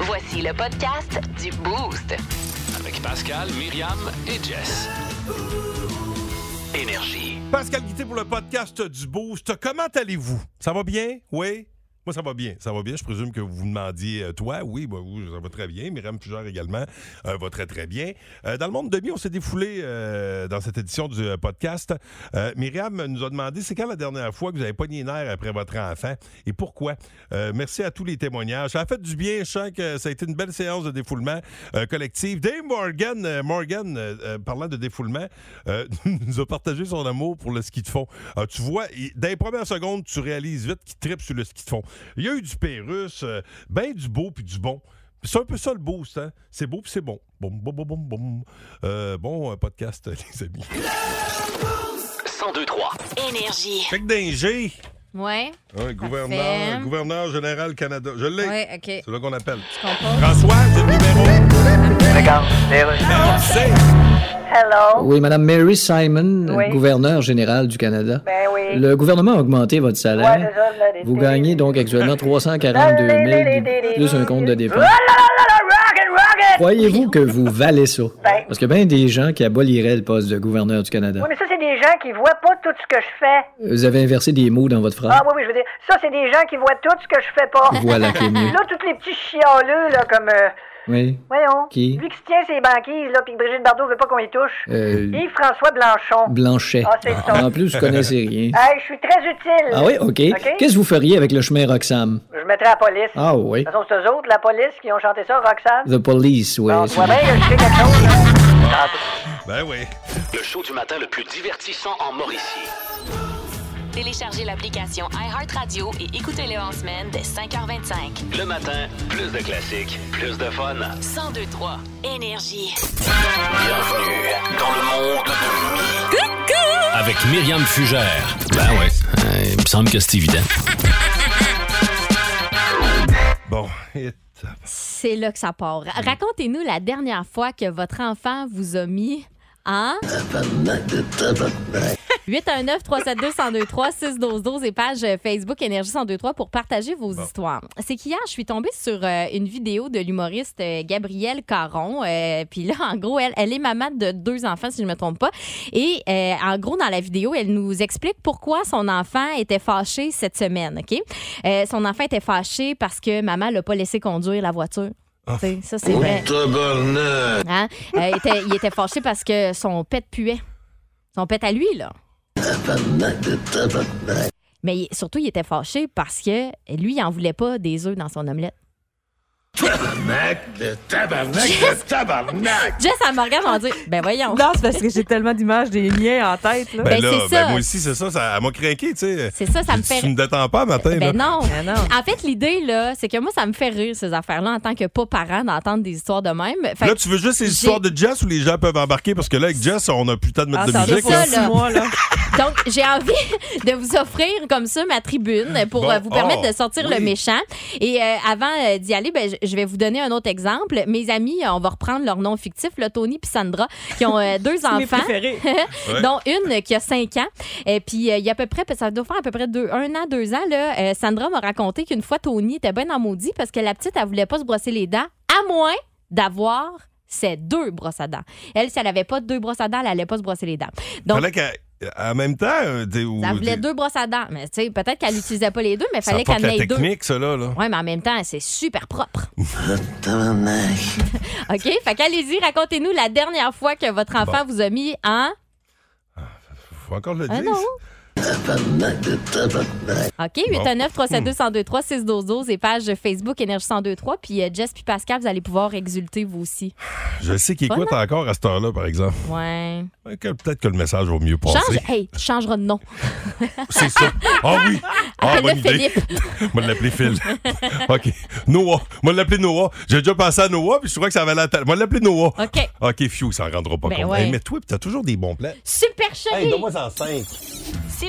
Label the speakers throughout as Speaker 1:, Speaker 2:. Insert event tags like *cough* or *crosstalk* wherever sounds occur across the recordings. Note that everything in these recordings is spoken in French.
Speaker 1: Voici le podcast du Boost.
Speaker 2: Avec Pascal, Myriam et Jess. Énergie.
Speaker 3: Pascal Guité pour le podcast du Boost. Comment allez-vous? Ça va bien? Oui? Moi, ça va bien. Ça va bien. Je présume que vous vous demandiez, euh, toi, oui, bah, oui, ça va très bien. Myriam Fugère également euh, va très, très bien. Euh, dans le monde demi, on s'est défoulé euh, dans cette édition du euh, podcast. Euh, Myriam nous a demandé, c'est quand la dernière fois que vous avez pogné les nerfs après votre enfant et pourquoi? Euh, merci à tous les témoignages. Ça a fait du bien. Je sens que ça a été une belle séance de défoulement euh, collectif. Dave Morgan, euh, Morgan euh, euh, parlant de défoulement, euh, *laughs* nous a partagé son amour pour le ski de fond. Euh, tu vois, il- dans les premières secondes, tu réalises vite qu'il tripe sur le ski de fond. Il y a eu du Pérus, euh, ben du beau puis du bon. C'est un peu ça le boost, hein? C'est beau puis c'est bon. Boum, boum, boum, boum, boum. Euh, bon euh, podcast, *laughs* euh, les amis.
Speaker 2: 1023.
Speaker 4: Énergie.
Speaker 3: Check d'ingé,
Speaker 5: Ouais.
Speaker 3: un gouverneur, gouverneur général Canada. Je l'ai.
Speaker 5: Ouais, OK.
Speaker 3: C'est là qu'on appelle.
Speaker 5: Je comprends.
Speaker 3: François, c'est le numéro. Ah, C'est-
Speaker 6: Hello.
Speaker 7: Oui, Madame Mary Simon,
Speaker 6: Oui.
Speaker 7: gouverneur général du Canada.
Speaker 6: Ben oui.
Speaker 7: Le gouvernement a augmenté votre
Speaker 6: Ouais,
Speaker 7: salaire.
Speaker 6: déjà, je l'ai
Speaker 7: Vous
Speaker 6: été.
Speaker 7: gagnez donc
Speaker 6: *laughs*
Speaker 7: actuellement 342 000 plus un compte de dépenses.
Speaker 6: Ah, la, la, la, la, rocket, rocket!
Speaker 7: Croyez-vous que vous valez ça? Parce qu'il y a bien des gens qui aboliraient le poste de gouverneur du Canada.
Speaker 6: Ben, Oui, mais ça, c'est des gens qui voient pas tout ce que je fais.
Speaker 7: Vous avez inversé des mots dans votre
Speaker 6: Ah
Speaker 7: phrase.
Speaker 6: oui, oui, je veux dire, ça, c'est des gens qui voient tout ce que je fais pas.
Speaker 7: Voilà qui est
Speaker 6: *laughs*
Speaker 7: mieux.
Speaker 6: Là, tous les petits chialeux, là, comme... euh,
Speaker 7: Oui.
Speaker 6: voyons.
Speaker 7: Qui?
Speaker 6: Lui qui se tient ses banquises, là, puis que Brigitte Bardot veut pas qu'on y touche.
Speaker 7: Euh,
Speaker 6: Yves-François Blanchon.
Speaker 7: Blanchet.
Speaker 6: Ah, c'est ça. Ah,
Speaker 7: En plus, vous connaissez rien.
Speaker 6: Hey, je suis très utile.
Speaker 7: Ah oui, OK. Qu'est-ce que vous feriez avec le chemin Roxham?
Speaker 6: Je mettrais la police.
Speaker 7: Ah oui.
Speaker 6: De toute façon, c'est eux autres, la police, qui ont chanté ça, Roxane.
Speaker 7: The police, oui.
Speaker 6: On
Speaker 7: c'est-
Speaker 6: voit bien, là, je fais quelque chose, là.
Speaker 3: Ben oui.
Speaker 2: Le show du matin le plus divertissant en Mauricie.
Speaker 1: Téléchargez l'application iHeartRadio et écoutez-le en semaine dès 5h25.
Speaker 2: Le matin, plus de classiques, plus de fun.
Speaker 1: 1023
Speaker 4: Énergie.
Speaker 2: Bienvenue dans le monde de Coucou! Avec Myriam Fugère. Ben ouais, il me semble que c'est évident.
Speaker 3: Bon, et-
Speaker 5: C'est là que ça part. Ra- Racontez-nous la dernière fois que votre enfant vous a mis en... 819 372 1023 612 et page euh, Facebook Énergie 1023 pour partager vos histoires. C'est qu'hier, je suis tombée sur euh, une vidéo de l'humoriste euh, Gabrielle Caron. euh, Puis là, en gros, elle, elle est maman de deux enfants, si je ne me trompe pas. Et euh, en gros, dans la vidéo, elle nous explique pourquoi son enfant était fâché cette semaine. OK? Euh, son enfant était fâché parce que maman l'a pas laissé conduire la voiture. Tu sais, Ça, c'est vrai. Hein? Euh, il, était, il était fâché parce que son pet puait. Son pet à lui, là. Mais il- surtout, il était fâché parce que lui, il en voulait pas des œufs dans son omelette. Tabarnak, tabarnak, tabarnak! Jess, elle me regarde en dit Ben voyons.
Speaker 8: Non, c'est parce que j'ai tellement d'images des miens en tête. Là.
Speaker 3: ben
Speaker 5: Ben,
Speaker 3: là,
Speaker 5: c'est
Speaker 3: ben
Speaker 5: ça.
Speaker 3: moi aussi, c'est ça, ça elle m'a craqué, tu sais.
Speaker 5: C'est ça, ça me fait.
Speaker 3: Tu me détends pas, matin, là.
Speaker 5: Ben non.
Speaker 8: Ben non.
Speaker 5: En fait, l'idée, là, c'est que moi, ça me fait rire, ces affaires-là, en tant que pas parent, d'entendre des histoires de même. Fait
Speaker 3: Là,
Speaker 5: que-
Speaker 3: tu veux juste les
Speaker 5: j'ai-
Speaker 3: histoires de Jess ou les gens peuvent embarquer? Parce que là, avec Jess, on a plus le temps de mettre
Speaker 8: Ah,
Speaker 3: de
Speaker 8: ça
Speaker 3: musique.
Speaker 5: fait
Speaker 3: là.
Speaker 5: ça, là.
Speaker 8: mois, là.
Speaker 5: Donc, j'ai envie de vous offrir comme ça ma tribune pour
Speaker 3: Bon,
Speaker 5: euh, vous permettre
Speaker 3: oh,
Speaker 5: de sortir
Speaker 3: oui.
Speaker 5: le méchant. Et euh, avant euh, d'y aller, ben, je- je vais vous donner un autre exemple. Mes amis, euh, on va reprendre leur nom fictif, là, Tony puis Sandra, qui ont euh,
Speaker 8: *laughs*
Speaker 5: deux
Speaker 8: C'est mes
Speaker 5: enfants. *laughs*
Speaker 8: préférés.
Speaker 3: Ouais.
Speaker 5: dont une qui a 5 ans. Et puis, euh, il y a à peu près, ça doit faire à peu près deux, un an, deux ans, là, euh, Sandra m'a raconté qu'une fois, Tony était bien en maudit parce que la petite, elle voulait pas se brosser les dents, à moins d'avoir ses deux brosses à dents. Elle, si elle avait pas deux brosses à dents, elle allait pas se brosser les dents. Donc,
Speaker 3: Fallait qu'à- en même temps, euh, t'es- ou-
Speaker 5: elle voulait
Speaker 3: t'es-
Speaker 5: deux brosses à dents. Mais tu sais, peut-être qu'elle n'utilisait pas les deux, mais il
Speaker 3: ça
Speaker 5: fallait
Speaker 3: apporte
Speaker 5: qu'elle en
Speaker 3: la
Speaker 5: ait deux.
Speaker 3: technique, ça, là. là.
Speaker 5: Oui, mais en même temps, c'est super
Speaker 3: *laughs*
Speaker 5: propre. *laughs* OK? Fait qu'allez-y, racontez-nous la dernière fois que votre enfant vous a mis en.
Speaker 3: Faut encore le
Speaker 5: Ah
Speaker 3: dire.
Speaker 5: non! OK,
Speaker 3: Bon. Hmm.
Speaker 5: 819 372 1023 612 12 et page Facebook Énergie 1023. Puis euh, Jess puis Pascal, vous allez pouvoir exulter vous aussi.
Speaker 3: Je sais qu'il
Speaker 5: Fun,
Speaker 3: écoute encore à cette heure-là, par exemple.
Speaker 5: Ouais.
Speaker 3: Ouais, que- Peut-être que le message vaut mieux passer.
Speaker 5: Change. Hey, tu changeras de nom.
Speaker 3: *laughs* C'est ça. Ah
Speaker 5: *laughs*
Speaker 3: oui! Ah,
Speaker 5: Appelle-le
Speaker 3: bonne idée. *laughs* Moi, de l'appeler Phil. OK. Noah. Moi, de l'appeler Noah. J'ai déjà pensé à Noah, puis je trouvais que ça valait la tête. Moi, de l'appeler Noah.
Speaker 5: OK.
Speaker 3: OK, Fiu, ça en rendra pas
Speaker 5: Ben
Speaker 3: compte.
Speaker 5: ouais.
Speaker 3: Hey, mais toi, puis t'as toujours des bons plans.
Speaker 5: Super chérie!
Speaker 3: en 5.
Speaker 1: Si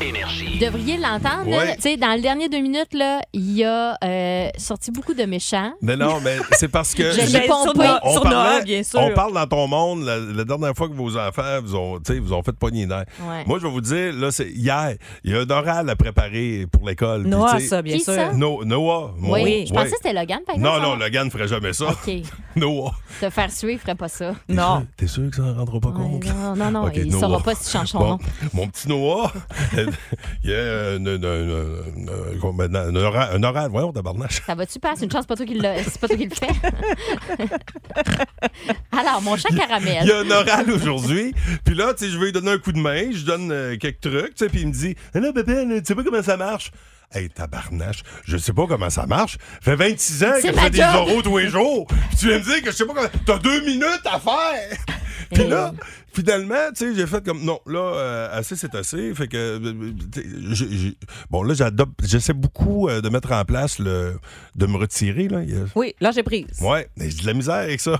Speaker 2: Énergie.
Speaker 5: Vous devriez l'entendre.
Speaker 3: Ouais.
Speaker 5: là. Tu sais, Dans les dernières deux minutes, là, il a euh, sorti beaucoup de méchants.
Speaker 3: Mais non, mais c'est parce que.
Speaker 5: Je l'ai
Speaker 8: sur,
Speaker 5: pompé.
Speaker 8: Noël,
Speaker 3: On
Speaker 8: sur
Speaker 3: parlait-
Speaker 8: Noël, bien sûr.
Speaker 3: On parle dans ton monde, la, la dernière fois que vos enfants vous ont, tu sais, vous ont fait pogner les nerfs.
Speaker 5: Ouais.
Speaker 3: Moi, je vais vous dire, là, c'est hier, il y a un oral à préparer pour l'école. puis,
Speaker 8: Noah,
Speaker 3: tu sais,
Speaker 8: ça, bien
Speaker 5: Qui
Speaker 8: sûr.
Speaker 5: ça?
Speaker 3: No- Noah, moi.
Speaker 5: oui.
Speaker 8: oui,
Speaker 5: Je
Speaker 3: ouais.
Speaker 5: pensais que c'était Logan, par exemple.
Speaker 3: Non,
Speaker 5: ça.
Speaker 3: non, Logan ne ferait jamais ça.
Speaker 5: OK.
Speaker 3: Noah.
Speaker 5: Te faire suivre, ferait pas ça.
Speaker 8: Non.
Speaker 3: T'es sûr t'es sûr que ça ne rendra pas
Speaker 5: Ouais,
Speaker 3: compte?
Speaker 5: non, non, non,
Speaker 3: Ok,
Speaker 5: il
Speaker 3: Noah.
Speaker 5: saura pas si tu changes son
Speaker 3: Bon,
Speaker 5: nom.
Speaker 3: Mon petit Noah, il y a un, un- un- un- comment- un oral, un oral, voyons, tabarnache.
Speaker 5: Ça va-tu passer? Une chance, pas toi qui le, c'est pas toi qui *laughs* le fais. Alors, mon chat caramel.
Speaker 3: Il y a un oral aujourd'hui. Puis là, tu sais, je vais lui donner un coup de main, je donne euh, quelques trucs, tu sais, puis il me dit Ah Là, bébé, là, tu sais pas comment ça marche. Hey, tabarnache, je sais pas comment ça marche. Ça fait 26 ans
Speaker 5: C'est
Speaker 3: que je
Speaker 5: ma
Speaker 3: fais des
Speaker 5: job.
Speaker 3: oraux tous les jours. Puis tu viens me dire que je sais pas comment. T'as deux minutes à faire!
Speaker 5: Eh
Speaker 3: Puis là, finalement, tu sais, j'ai fait comme non, là, euh, assez, c'est assez. Fait que. euh, tu sais, j'ai- j'ai- bon, là, j'adopte. J'essaie beaucoup euh, de mettre en place le. de me retirer, là. Il y a-
Speaker 8: Oui, là, j'ai prise.
Speaker 3: Ouais, mais j'ai de la misère avec ça.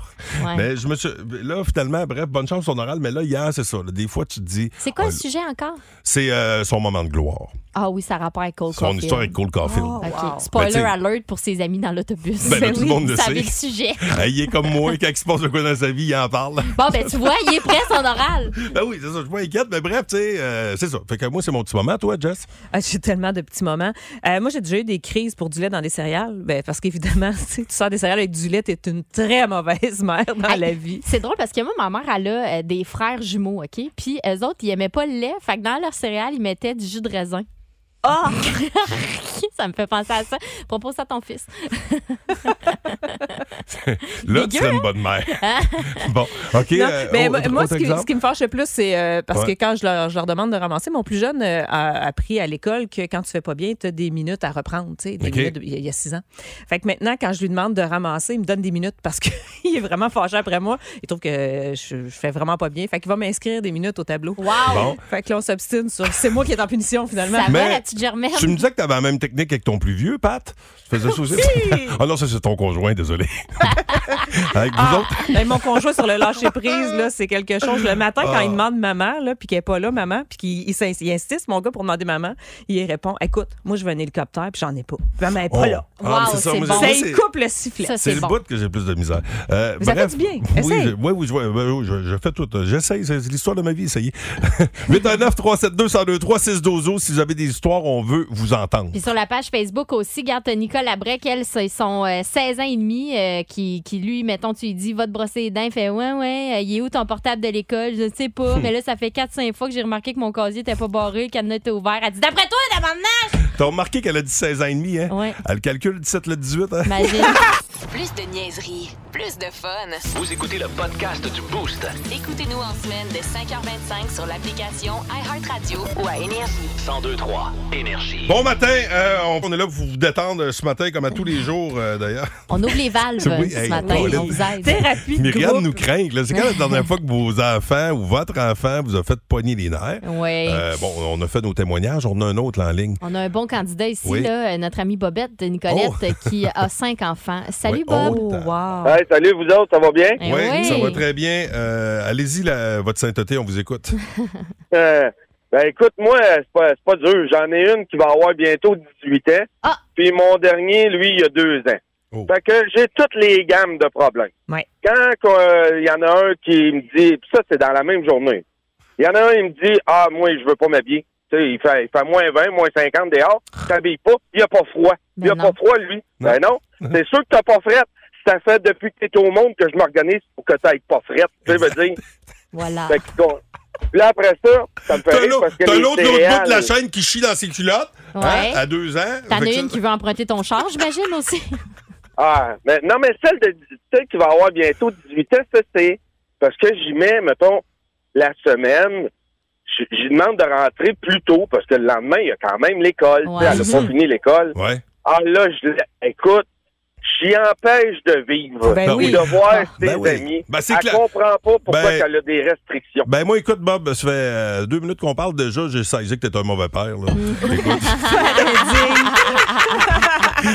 Speaker 5: Ouais.
Speaker 3: Mais je me suis. Là, finalement, bref, bonne chance son oral, mais là, hier, c'est ça. là. des fois, tu te dis.
Speaker 5: C'est quoi
Speaker 3: oh,
Speaker 5: le sujet encore?
Speaker 3: C'est euh, son moment de gloire.
Speaker 5: Ah oui, ça a rapport avec Cole
Speaker 3: Son
Speaker 5: Caulfield.
Speaker 3: histoire avec Cole Caulfield.
Speaker 5: OK.
Speaker 8: Wow.
Speaker 5: Spoiler
Speaker 3: Ben, t'sais-
Speaker 5: alert pour ses amis dans l'autobus.
Speaker 3: Ben, là, tout le monde le
Speaker 5: ça
Speaker 3: sait.
Speaker 5: avait le sujet.
Speaker 3: Hey, il est comme moi, *laughs* quand il se passe de quoi dans sa vie, il en parle. *laughs*
Speaker 5: Bon, ben, tu vois, il est prêt, son oral.
Speaker 3: ben oui, c'est ça, je suis pas inquiète, mais bref, tu sais, euh, c'est ça. Fait que moi, c'est mon petit moment, toi, Jess.
Speaker 8: Ah, j'ai tellement de petits moments. Euh, moi, j'ai déjà eu des crises pour du lait dans des céréales. Ben, parce qu'évidemment, *laughs* tu sais, tu sors des céréales avec du lait, t'es une très mauvaise *laughs* mère dans
Speaker 5: Hey.
Speaker 8: la vie.
Speaker 5: C'est drôle parce que moi, ma mère, elle a euh, des frères jumeaux, OK? Puis eux autres, ils aimaient pas le lait. Fait que dans leurs céréales, ils mettaient du jus de raisin.
Speaker 8: Ah!
Speaker 5: *laughs* ça me fait penser à ça. Propose ça à ton fils.
Speaker 3: Là, tu
Speaker 5: Dégueu,
Speaker 3: serais une bonne mère.
Speaker 8: *laughs*
Speaker 3: *laughs* bon, OK.
Speaker 8: hein? Non,
Speaker 3: euh,
Speaker 8: mais
Speaker 3: au-
Speaker 8: moi- moi,
Speaker 3: autre
Speaker 8: ce qui,
Speaker 3: exemple?
Speaker 8: ce qui me fâche le plus, c'est euh, parce
Speaker 3: Ouais.
Speaker 8: que quand je leur, je leur demande de ramasser, mon plus jeune euh, a appris à l'école que quand tu fais pas bien, tu as des minutes à reprendre. tu sais, des
Speaker 3: OK.
Speaker 8: minutes de- il y a- il y a six ans. Fait que maintenant, quand je lui demande de ramasser, il me donne des minutes parce *laughs* qu'il est vraiment fâché après moi. Il trouve que je, je fais vraiment pas bien. Fait qu'il va m'inscrire des minutes au tableau.
Speaker 5: Wow!
Speaker 3: Bon.
Speaker 8: Fait que là, on s'obstine sur c'est moi qui est en punition finalement.
Speaker 5: Ça va,
Speaker 3: Mais-
Speaker 5: la petite Germaine?
Speaker 3: Tu me disais que t'avais la même technique avec ton plus vieux, Pat. Tu faisais
Speaker 8: *laughs*
Speaker 3: ça aussi? ah non, ça, c'est ton conjoint, désolé. avec vous
Speaker 8: Ah,
Speaker 3: autres?
Speaker 8: ben, mon conjoint sur le lâcher prise, là, c'est quelque chose. Le matin, quand
Speaker 3: Ah.
Speaker 8: il demande maman, là, puis qu'elle n'est pas là, maman, puis qu'il il s'in- il insiste, mon gars, pour demander maman, il répond Écoute, moi, je veux un hélicoptère, puis j'en ai pas. Maman n'est pas
Speaker 3: Oh.
Speaker 8: là.
Speaker 3: Ah, mais
Speaker 5: Wow, c'est
Speaker 3: moi,
Speaker 5: bon.
Speaker 3: moi,
Speaker 8: Ça,
Speaker 3: c'est-
Speaker 8: il coupe le sifflet.
Speaker 5: Ça,
Speaker 3: C'est
Speaker 5: c'est
Speaker 3: le
Speaker 5: bon.
Speaker 3: bout que j'ai plus de misère. Euh,
Speaker 8: Mais ça
Speaker 3: bref,
Speaker 8: fait du bien.
Speaker 3: Oui,
Speaker 8: Essaye.
Speaker 3: je, oui, oui, je, vois- ben, oui, oui, je, je fais tout. euh, J'essaye. C'est c'est l'histoire de ma vie, essayez. *laughs* 819 372 1023 612 Si vous avez des histoires, on veut vous entendre.
Speaker 5: Puis sur la page Facebook aussi, garde t'as Nicole Labrec, elle, c'est son euh, 16 ans et demi euh, qui, qui, lui, mettons, tu lui dis, va te brosser les dents, il fait, ouais, ouais, euh, il est où ton portable de l'école? Je ne sais pas,
Speaker 3: Hmm.
Speaker 5: mais là, ça fait 4-5 fois que j'ai remarqué que mon casier était pas barré, le cadenas était ouvert. Elle dit, d'après toi, d'abandonner!
Speaker 3: T'as remarqué qu'elle a dit 16 ans et demi, hein?
Speaker 5: Ouais.
Speaker 3: Elle calcule 17, le 18, hein?
Speaker 5: Imagine.
Speaker 1: Plus de niaiserie, plus de fun.
Speaker 2: Vous écoutez le podcast du Boost.
Speaker 1: Écoutez-nous en semaine de 5h25 sur l'application iHeartRadio ou à Énergie.
Speaker 2: 1023 Énergie.
Speaker 3: Bon matin, euh, on- on est là pour vous détendre ce matin, comme à tous les jours, euh,
Speaker 8: *laughs*
Speaker 3: d'ailleurs.
Speaker 5: On ouvre les valves
Speaker 3: *laughs* Oui,
Speaker 5: ce
Speaker 3: hey,
Speaker 5: matin,
Speaker 3: Colin.
Speaker 5: on vous aide.
Speaker 8: Thérapie. de
Speaker 3: Myriam
Speaker 8: groupe.
Speaker 3: nous craint. là. C'est quand la dernière fois que vos enfants ou votre enfant vous a fait pogner les nerfs?
Speaker 5: Oui.
Speaker 3: Euh, bon, on a fait nos témoignages. On a un autre là, en ligne.
Speaker 5: On a un bon candidat ici,
Speaker 3: Oui. Oh.
Speaker 5: là, euh, notre amie Bobette de Nicolette, qui
Speaker 3: *laughs*
Speaker 5: a cinq enfants. Salut,
Speaker 3: Oui.
Speaker 5: Bob.
Speaker 8: Oh, wow.
Speaker 4: Hey, salut, vous autres, ça va bien?
Speaker 5: Eh
Speaker 3: oui,
Speaker 5: oui.
Speaker 3: ça va très bien. Euh, Allez-y, la- votre sainteté, on vous écoute.
Speaker 4: Euh, ben écoute, moi, c'est pas, c'est pas dur. J'en ai une qui va avoir bientôt 18 ans.
Speaker 5: Ah.
Speaker 4: Puis mon dernier, lui, il a deux ans.
Speaker 3: Oh.
Speaker 4: Fait que j'ai toutes les gammes de problèmes.
Speaker 8: Ouais.
Speaker 4: Quand euh, il y en a un qui me dit, puis ça, c'est dans la même journée. Il y en a un, il me dit, ah, moi, je veux pas m'habiller. Tu sais, il fait, il fait moins 20, moins 50 dehors. T'habilles pas, il a pas froid. il
Speaker 5: Ben
Speaker 4: a
Speaker 5: non.
Speaker 4: pas froid, lui. Ben non. C'est sûr que t'as pas fret. Ça fait depuis que t'es au monde que je m'organise pour que t'ailles pas fret. Tu sais, je veux dire.
Speaker 5: Voilà.
Speaker 4: Fait que, donc, puis là, après ça, ça me fait
Speaker 3: T'as
Speaker 4: rire
Speaker 3: l'autre
Speaker 4: Ben, parce que
Speaker 3: t'as
Speaker 4: les
Speaker 3: l'autre de l'autre bout
Speaker 4: céréales...
Speaker 3: de la chaîne qui chie dans ses culottes hein,
Speaker 5: Ouais.
Speaker 3: à deux ans.
Speaker 5: T'en
Speaker 3: Fait que
Speaker 5: as une
Speaker 3: ça- Euh,
Speaker 5: qui veut emprunter ton char, j'imagine
Speaker 3: *laughs*
Speaker 5: aussi.
Speaker 4: Ah, mais, non, mais celle, de, celle qui va avoir bientôt 18 ans, ça, c'est parce que j'y mets, mettons, la semaine, j- j'y demande de rentrer plus tôt parce que le lendemain, il y a quand même l'école. tu sais,
Speaker 5: Ouais.
Speaker 4: Elle n'a pas fini l'école.
Speaker 3: Ouais.
Speaker 4: Ah là, je l'ai- écoute, j'y empêche de vivre.
Speaker 8: Ben
Speaker 4: ou
Speaker 8: oui.
Speaker 4: de voir ses
Speaker 3: Ben oui.
Speaker 4: amis.
Speaker 3: Ben, c'est
Speaker 4: elle
Speaker 3: clair.
Speaker 4: comprend pas pourquoi
Speaker 3: Ben-
Speaker 4: elle a des restrictions.
Speaker 3: Ben moi, écoute, Bob, ça fait euh, deux minutes qu'on parle
Speaker 5: Mm. *laughs*
Speaker 3: déjà. J'ai saisi que t'es un mauvais père. Là. Écoute,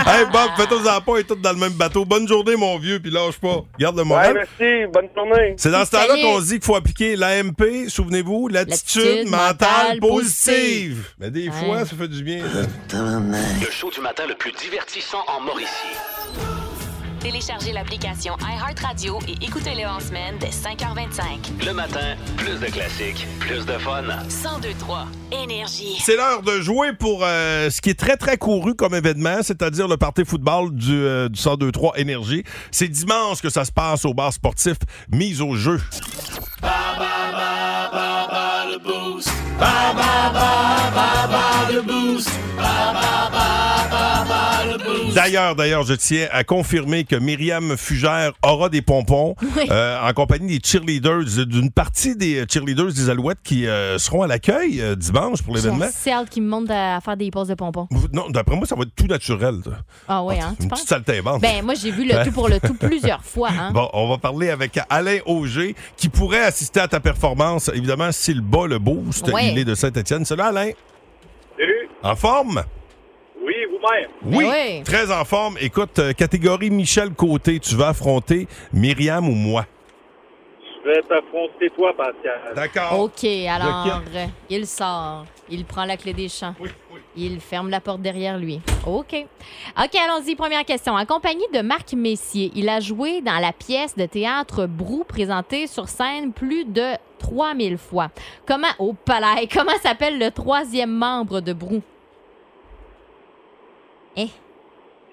Speaker 3: hey Bob, fais-toi pas et tout dans le même bateau. Bonne journée, mon vieux, puis lâche pas. Garde le
Speaker 4: Ouais,
Speaker 3: moral.
Speaker 4: merci. Bonne journée.
Speaker 3: C'est dans ce temps-là
Speaker 5: Salut.
Speaker 3: qu'on dit qu'il faut appliquer l'AMP, souvenez-vous, l'attitude
Speaker 5: L'attitude
Speaker 3: mentale
Speaker 5: mentale
Speaker 3: positive. Mais des
Speaker 5: Ouais.
Speaker 3: fois, ça fait du bien. ça.
Speaker 2: Le show du matin le plus divertissant en Mauricie.
Speaker 1: Téléchargez l'application iHeartRadio et écoutez-le en semaine dès 5h25.
Speaker 2: Le matin, plus de classiques, plus de fun.
Speaker 1: 1023 Énergie.
Speaker 3: C'est l'heure de jouer pour euh, ce qui est très, très couru comme événement, c'est-à-dire le party football du, euh, du 102-3 Énergie. C'est dimanche que ça se passe au bar sportif Mise au jeu. D'ailleurs, d'ailleurs, je tiens à confirmer que Myriam Fugère aura des pompons euh, en compagnie des cheerleaders, d'une partie des euh, cheerleaders des Alouettes qui euh, seront à l'accueil euh, dimanche pour
Speaker 5: J'ai
Speaker 3: l'événement.
Speaker 5: assez hâte qu'ils me montrent à faire des pauses de pompons.
Speaker 3: Non, d'après moi, ça va être tout naturel. ça.
Speaker 5: Ah ouais, hein, tu
Speaker 3: Une
Speaker 5: penses?
Speaker 3: petite saltimbanque.
Speaker 5: Ben, moi, j'ai vu le tout pour le tout plusieurs fois. Hein.
Speaker 3: Bon, on va parler avec Alain Auger qui pourrait assister à ta performance. Évidemment, s'il bat le boost,
Speaker 5: Ouais.
Speaker 3: il est de Saint-Etienne. Salut Alain.
Speaker 4: Salut.
Speaker 3: En forme?
Speaker 4: Oui, vous-même.
Speaker 5: Ben
Speaker 3: Oui.
Speaker 5: oui.
Speaker 3: Très en forme. Écoute, euh, catégorie Michel Côté, tu vas affronter Myriam ou moi?
Speaker 4: Je vais t'affronter toi, Pascal.
Speaker 3: D'accord.
Speaker 5: OK, alors, euh, il sort. Il prend la clé des champs. Il ferme la porte derrière lui. OK. OK, allons-y. Première question. En compagnie de Marc Messier, il a joué dans la pièce de théâtre Brou présentée sur scène plus de 3000 fois. Comment, au palais, *laughs* comment s'appelle le troisième membre de Brou?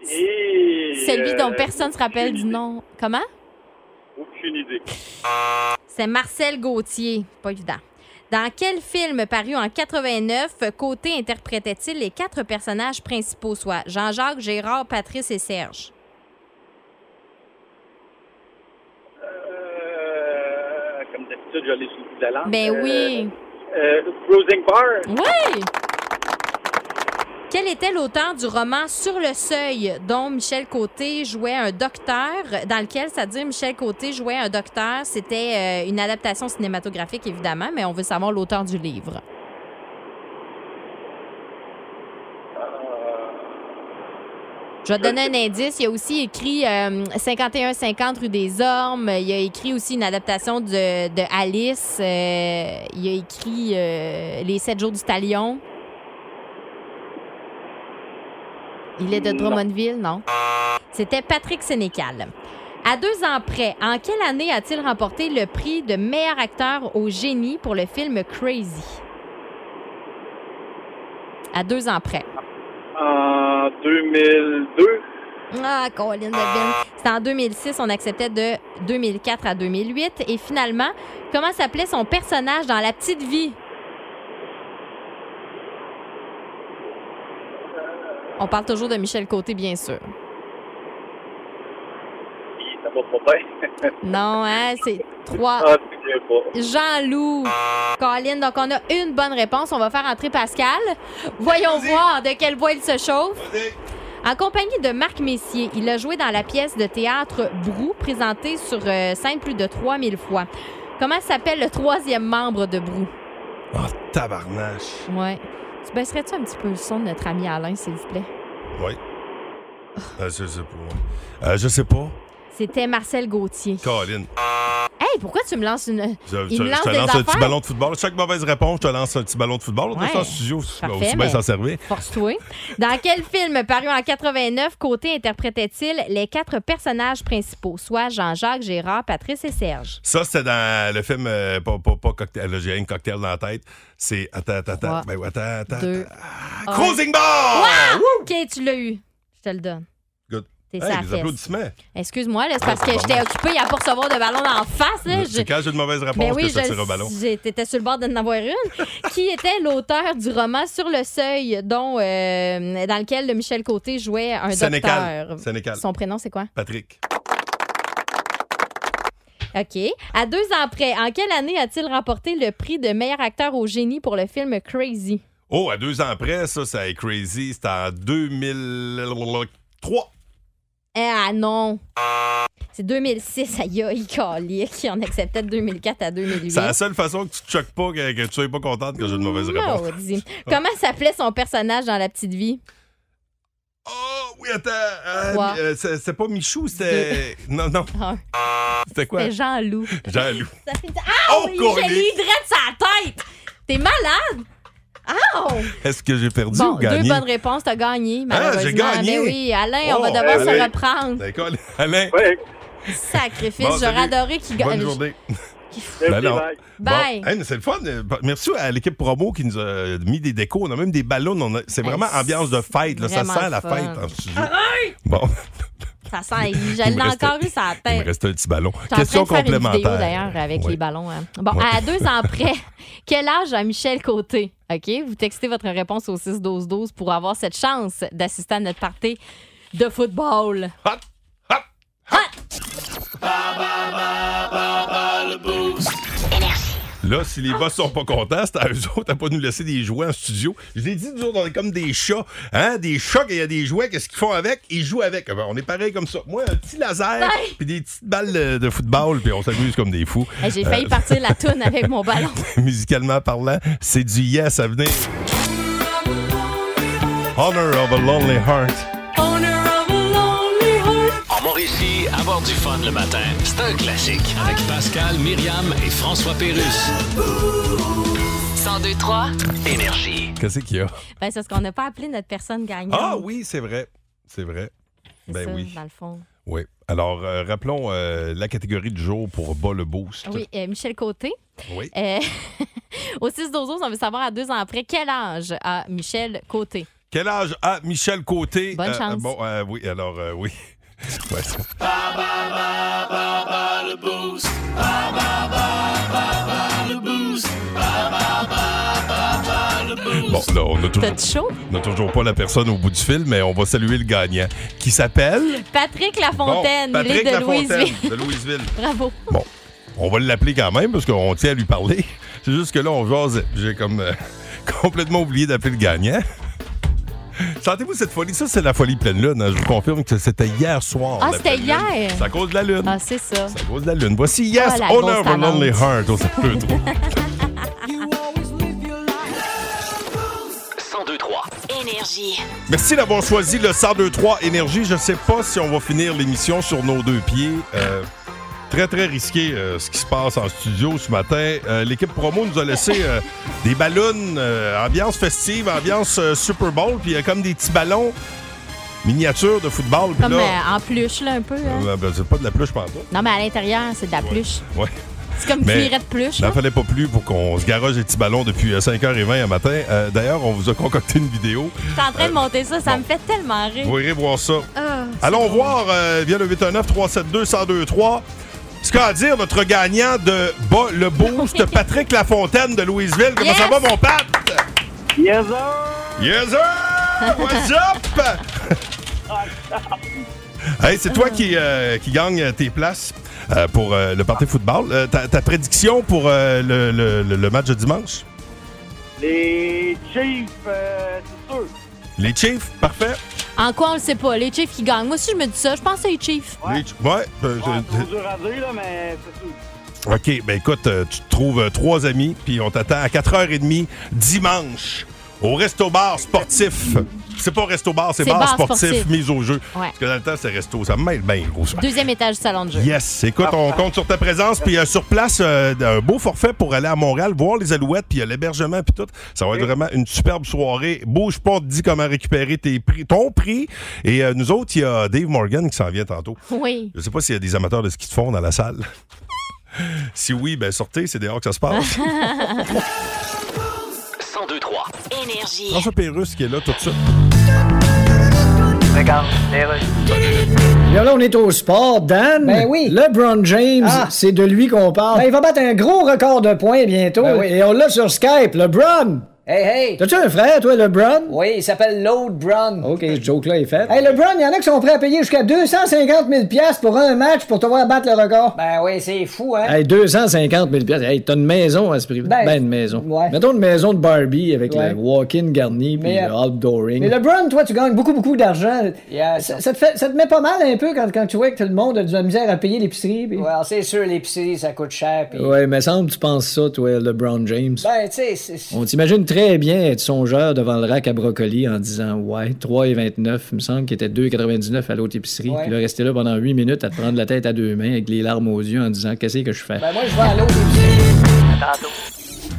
Speaker 5: Celui
Speaker 4: Celui
Speaker 5: dont personne ne se
Speaker 4: *laughs*
Speaker 5: rappelle du nom. Comment?
Speaker 4: Aucune euh, idée.
Speaker 5: C'est Marcel Gauthier. Pas évident. Dans quel film paru en 89, Côté interprétait-il les quatre personnages principaux, soit Jean-Jacques, Gérard, Patrice et Serge?
Speaker 4: Euh, comme d'habitude, je l'ai sous le bout de la langue.
Speaker 5: Ben
Speaker 4: Euh,
Speaker 5: oui.
Speaker 4: Euh, Cruising Bar.
Speaker 5: Oui! Quel était l'auteur du roman Sur le seuil, dont Michel Côté jouait un docteur, dans lequel, ça dit Michel Côté jouait un docteur, c'était euh, une adaptation cinématographique, évidemment, mais on veut savoir l'auteur du livre. Je vais te donner un indice. Il a aussi écrit euh, 51-50 rue des Ormes. Il a écrit aussi une adaptation de, de Alice. Euh, il a écrit euh, Les 7 jours du talion. Il est de Drummondville, non? C'était Patrick Sénécal. À deux ans près, en quelle année a-t-il remporté le prix de meilleur acteur au génie pour le film Crazy? À deux ans près.
Speaker 4: En 2002.
Speaker 5: Ah, Colin de Bin. C'était en 2006, on acceptait de 2004 à 2008. Et finalement, comment s'appelait son personnage dans La Petite Vie? On parle toujours de Michel Côté, bien sûr.
Speaker 4: Hi, Ça va pas bien.
Speaker 5: Non, hein, c'est trois.
Speaker 4: Ah, tu viens pas.
Speaker 5: Jean-Loup. Colin, donc on a une bonne réponse. On va faire entrer Pascal. Voyons voir de quelle voie il se chauffe. En compagnie de Marc Messier, il a joué dans la pièce de théâtre Brou, présentée sur euh, scène plus de 3000 fois. Comment s'appelle le troisième membre de Brou?
Speaker 3: Oh, tabarnache.
Speaker 5: Ouais. Tu baisserais-tu un petit peu le son de notre ami Alain, s'il vous plaît?
Speaker 3: Oui. Euh, je sais pas. Euh, je sais pas.
Speaker 5: C'était Marcel Gauthier.
Speaker 3: Colin,
Speaker 5: Hey, pourquoi tu me lances une.
Speaker 3: je, je-
Speaker 5: Il me
Speaker 3: je
Speaker 5: lance
Speaker 3: te
Speaker 5: des
Speaker 3: lance un petit
Speaker 5: affaires.
Speaker 3: ballon de football. Chaque mauvaise réponse, je te lance un petit ballon de football. On est
Speaker 5: Ouais.
Speaker 3: en studio, si-
Speaker 5: Parfait,
Speaker 3: aussi bien
Speaker 5: mais-
Speaker 3: s'en servir.
Speaker 5: Force-toi. Dans quel film paru en 89, Côté interprétait-il les quatre personnages principaux, soit Jean-Jacques, Gérard, Patrice et Serge?
Speaker 3: Ça, c'était dans le film, euh, pas, pas, pas cocktail, là, j'ai un cocktail dans la tête. C'est, attends, attends, attends,
Speaker 5: Trois,
Speaker 3: ben, ouais, attends, attends.
Speaker 5: deux,
Speaker 3: attends. Ah, Cruising Bar!
Speaker 5: OK, tu l'as eu. Je te le donne.
Speaker 3: Good.
Speaker 5: T'es
Speaker 3: Hey,
Speaker 5: sa
Speaker 3: des
Speaker 5: fesse.
Speaker 3: applaudissements. Ah,
Speaker 5: Excuse-moi, là, c'est parce que j'étais occupée à pas recevoir de ballon dans la face. Là. Je-
Speaker 3: C'est quand j'ai une mauvaise réponse
Speaker 5: Ben
Speaker 3: que
Speaker 5: oui,
Speaker 3: ça
Speaker 5: je
Speaker 3: tire au ballon.
Speaker 5: j'ai- t'étais sur le bord d'en avoir une.
Speaker 3: *laughs*
Speaker 5: Qui était l'auteur du roman Sur le seuil, dont, euh, dans lequel Michel Côté jouait un
Speaker 3: Sénécal.
Speaker 5: docteur?
Speaker 3: Sénécal.
Speaker 5: Son prénom, c'est quoi?
Speaker 3: Patrick.
Speaker 5: OK. À deux ans près, en quelle année a-t-il remporté le prix de meilleur acteur au génie pour le film Crazy?
Speaker 3: Oh, à deux ans après, ça, ça est crazy. C'était en 2003.
Speaker 5: Ah non! C'est 2006, *laughs* aïe, aïe, calique. On acceptait de 2004 à 2008.
Speaker 3: C'est la seule façon que tu te choques pas, que, que tu sois pas
Speaker 5: *laughs*
Speaker 3: contente que j'ai une mauvaise réponse.
Speaker 5: Maudit. Comment s'appelait son personnage dans La Petite Vie?
Speaker 3: Oh, oui, attends. euh,
Speaker 5: Trois.
Speaker 3: euh, c'est c'est pas Michou,
Speaker 5: *laughs*
Speaker 3: c'était. Non, non.
Speaker 5: Un.
Speaker 3: C'était quoi?
Speaker 5: C'est Jean-Loup.
Speaker 3: Jaloux.
Speaker 5: Ça fait du-
Speaker 3: Oh,
Speaker 5: Ah, oui, je
Speaker 3: collier.
Speaker 5: l'ai eu direct sa tête! T'es malade! Ah!
Speaker 3: Est-ce que j'ai perdu
Speaker 5: Bon,
Speaker 3: ou gagné?
Speaker 5: deux bonnes réponses, t'as gagné, malheureusement.
Speaker 3: Hein, j'ai gagné.
Speaker 5: Ben oui, Alain, on va
Speaker 3: Oh,
Speaker 5: devoir se
Speaker 3: Alain.
Speaker 5: reprendre.
Speaker 3: D'accord, Ben, Alain.
Speaker 4: Ouais,
Speaker 5: Sacrifice,
Speaker 3: Bon,
Speaker 5: j'aurais
Speaker 3: salut.
Speaker 5: adoré qu'il
Speaker 3: Bonne
Speaker 5: gagne.
Speaker 3: journée.
Speaker 4: merci,
Speaker 3: Ben non.
Speaker 4: bye.
Speaker 3: Bon.
Speaker 5: Bye!
Speaker 3: Hey, mais c'est le fun. Euh, bah, Merci à l'équipe promo qui nous a mis des décos. On a même des ballons. On a- C'est
Speaker 5: Hey,
Speaker 3: vraiment
Speaker 5: c'est
Speaker 3: ambiance de fête. là. Ça
Speaker 5: vraiment
Speaker 3: sent
Speaker 5: le
Speaker 3: la
Speaker 5: fun.
Speaker 3: fête en studio. Bon,
Speaker 5: Ça sent,
Speaker 3: Il
Speaker 5: je
Speaker 3: me
Speaker 5: l'ai
Speaker 3: reste-
Speaker 5: encore eu sa
Speaker 3: il me
Speaker 5: tête.
Speaker 3: reste un petit ballon.
Speaker 5: Je suis
Speaker 3: Question
Speaker 5: Ben, en train de faire une vidéo
Speaker 3: complémentaire.
Speaker 5: d'ailleurs avec
Speaker 3: Ouais.
Speaker 5: les ballons. hein. Bon,
Speaker 3: Ouais.
Speaker 5: à
Speaker 3: *laughs*
Speaker 5: deux ans près, quel âge a Michel Côté? OK? Vous textez votre réponse au 6-12-12 pour avoir cette chance d'assister à notre party de football.
Speaker 3: Hop, hop, Là, si les boss sont pas contents, c'est à eux autres à pas nous laisser des jouets en studio. Je l'ai dit, nous autres, on est comme des chats. Hein? Des chats, quand il y a des jouets, qu'est-ce qu'ils font avec? Ils jouent avec. Eh ben, on est pareil comme ça. Moi, un petit laser, puis des petites balles euh, de football, puis on s'amuse comme des fous. Euh,
Speaker 5: Hey, Eh, J'ai failli partir la toune
Speaker 3: *laughs*
Speaker 5: avec mon ballon.
Speaker 3: musicalement parlant, c'est du yes à venir. Honor of a Lonely Heart.
Speaker 2: En Mauricie, avoir du fun le matin, c'est un classique. Avec Pascal, Myriam et François Pérus.
Speaker 1: 1023
Speaker 2: Énergie.
Speaker 3: Qu'est-ce qu'il y a?
Speaker 5: Ben, c'est parce qu'on n'a pas appelé notre personne gagnante.
Speaker 3: Ah oui, c'est vrai. C'est vrai.
Speaker 5: C'est
Speaker 3: ben
Speaker 5: ça,
Speaker 3: oui.
Speaker 5: dans le fond.
Speaker 3: Oui. Alors, euh, rappelons euh, la catégorie du jour pour bas le boost.
Speaker 5: Oui, euh, Michel Côté.
Speaker 3: Oui.
Speaker 5: Euh, *laughs* au 6 12 on veut savoir à deux ans après quel âge a Michel Côté.
Speaker 3: Quel âge a Michel Côté?
Speaker 5: Bonne
Speaker 3: Euh,
Speaker 5: chance.
Speaker 3: euh, Bon, euh, oui, alors, euh, oui. *laughs* Ouais, ça- Bon, là, on a toujours,
Speaker 5: T'as-tu chaud?
Speaker 3: on a toujours pas la personne au bout du fil, mais on va saluer le gagnant qui s'appelle
Speaker 5: Patrick
Speaker 3: Bon,
Speaker 5: Lafontaine, il est
Speaker 3: Patrick
Speaker 5: de
Speaker 3: Lafontaine,
Speaker 5: Louisville.
Speaker 3: de Louisville.
Speaker 5: Bravo.
Speaker 3: Bon, on va l'appeler quand même parce qu'on tient à lui parler. *laughs* C'est juste que là, on jase. J'ai comme euh, *laughs* complètement oublié d'appeler le gagnant. *laughs* Sentez-vous cette folie? Ça, c'est la folie pleine lune. hein. Je vous confirme que c'était hier soir.
Speaker 5: Ah,
Speaker 3: la
Speaker 5: c'était
Speaker 3: pleine lune.
Speaker 5: hier?
Speaker 3: C'est à cause de la lune.
Speaker 5: Ah, c'est ça.
Speaker 3: C'est à cause de la lune. Voici Yes,
Speaker 5: Ah, la
Speaker 3: Honor
Speaker 5: grosse
Speaker 3: of a Lonely
Speaker 5: talente.
Speaker 3: Heart. Oh, ça peut trop.
Speaker 2: 1023.
Speaker 1: Énergie.
Speaker 3: Merci d'avoir choisi le 1023 Énergie. Je ne sais pas si on va finir l'émission sur nos deux pieds. Euh, très, très risqué euh, ce qui se passe en studio ce matin. Euh, L'équipe promo nous a laissé euh, des ballons, euh, ambiance festive, ambiance euh, Super Bowl, puis il y a comme des petits ballons miniatures de football. Puis
Speaker 5: Comme
Speaker 3: là,
Speaker 5: euh, en pluche, là, un peu. hein.
Speaker 3: euh, ben, c'est pas de la pluche, pantoute.
Speaker 5: Non, mais à l'intérieur, c'est de la pluche.
Speaker 3: Ouais.
Speaker 5: C'est comme
Speaker 3: Mais-
Speaker 5: cuirette pluche. hein.
Speaker 3: N'en
Speaker 5: là.
Speaker 3: Ben, fallait pas plus pour qu'on se garoge des petits ballons depuis euh, 5h20 un matin. Euh, D'ailleurs, on vous a concocté une vidéo.
Speaker 5: Je suis en
Speaker 3: Euh,
Speaker 5: train de monter ça, ça me fait tellement rire.
Speaker 3: Vous irez voir ça.
Speaker 5: Ah, c'est
Speaker 3: Allons
Speaker 5: drôle.
Speaker 3: voir euh, via le 819-372-1023 ce qu'a à dire notre gagnant de bas le boost, Patrick Lafontaine de Louisville. Comment
Speaker 5: Yes!
Speaker 3: ça va, mon Pat?
Speaker 4: Yes, sir.
Speaker 3: Yes, sir! What's up? hey, c'est toi qui, euh, qui gagne tes places euh, pour euh, le party football. Euh, ta, ta prédiction pour euh, le, le- le- le match de dimanche?
Speaker 4: Les Chiefs, euh, c'est sûr.
Speaker 3: Les Chiefs, parfait.
Speaker 5: En quoi on le sait pas? Les Chiefs qui gagnent. Moi aussi, je me dis ça. Je pense à les Chiefs.
Speaker 4: Ouais.
Speaker 3: Les Chi- ouais, euh,
Speaker 4: Ouais,
Speaker 3: je-
Speaker 4: c'est dur à dire, là, mais c'est sûr.
Speaker 3: OK, ben écoute, euh, tu te trouves euh, trois amis, puis on t'attend à 4h30 dimanche au Resto Bar Sportif. C'est pas Resto Bar, c'est
Speaker 5: C'est
Speaker 3: Bar,
Speaker 5: bar
Speaker 3: sportif,
Speaker 5: sportif.
Speaker 3: mise au jeu.
Speaker 5: Ouais.
Speaker 3: Parce que dans le temps, c'est Resto. Ça me mêle bien, gros. ça.
Speaker 5: Deuxième étage du salon de jeu.
Speaker 3: Yes, écoute, on compte sur ta présence, puis euh, sur place, euh, un beau forfait pour aller à Montréal, voir les alouettes, puis euh, l'hébergement, puis tout. Ça va être vraiment une superbe soirée. Bouge pas, on te dit comment récupérer tes prix, ton prix. Et euh, nous autres, il y a Dave Morgan qui s'en vient tantôt.
Speaker 5: Oui.
Speaker 3: Je sais pas s'il y a des amateurs de ski de fond dans la salle. *laughs* si oui, ben sortez, c'est dehors que ça se
Speaker 9: *laughs*
Speaker 3: passe.
Speaker 2: 1023.
Speaker 1: Énergie.
Speaker 3: François Pérus qui est là tout de suite.
Speaker 6: Regarde, les rues.
Speaker 7: Là, là, on est au sport, Dan.
Speaker 10: Ben oui.
Speaker 7: LeBron James,
Speaker 10: Ah.
Speaker 7: c'est de lui qu'on parle.
Speaker 10: Ben, il va battre un gros record de points bientôt.
Speaker 7: Ben oui, Et on l'a sur Skype, LeBron.
Speaker 10: Hey, hey.
Speaker 7: T'as-tu un frère, toi, LeBron?
Speaker 10: Oui, il s'appelle Lode Brown.
Speaker 7: OK, ce joke-là est fait.
Speaker 10: Hey, LeBron, il y en a qui sont prêts à payer jusqu'à 250 000 pour un match pour te voir battre le record. Ben oui, c'est fou, hein?
Speaker 7: Hey, 250 000 piastres. Hey, t'as une maison à ce prix. Ben,
Speaker 10: Ben,
Speaker 7: une maison.
Speaker 10: ouais.
Speaker 7: Mettons une maison de Barbie avec
Speaker 10: Ouais.
Speaker 7: le walk-in garni puis
Speaker 10: Mais,
Speaker 7: le
Speaker 10: euh,
Speaker 7: outdooring.
Speaker 10: Mais LeBron, toi, tu gagnes beaucoup, beaucoup d'argent.
Speaker 6: ça-
Speaker 10: ça, ça te fait, ça te met pas mal un peu quand, quand tu vois que tout le monde a de la misère à payer l'épicerie. puis-
Speaker 6: Ouais, c'est sûr,
Speaker 5: Oh.
Speaker 6: l'épicerie, ça coûte cher. Pis...
Speaker 7: Ouais, mais semble que tu penses ça, toi, LeBron James.
Speaker 6: Ben, tu sais, c'est-
Speaker 7: On t'imagine très très bien être songeur devant le rack à brocoli en disant Ouais, 3,29, il me semble qu'il était 2,99 à l'autre épicerie.
Speaker 10: Ouais.
Speaker 7: Puis là, rester là pendant 8 minutes à te prendre la tête à deux mains avec les larmes aux yeux en disant Qu'est-ce que je fais
Speaker 6: euh,
Speaker 10: Ben moi, je vais à l'autre.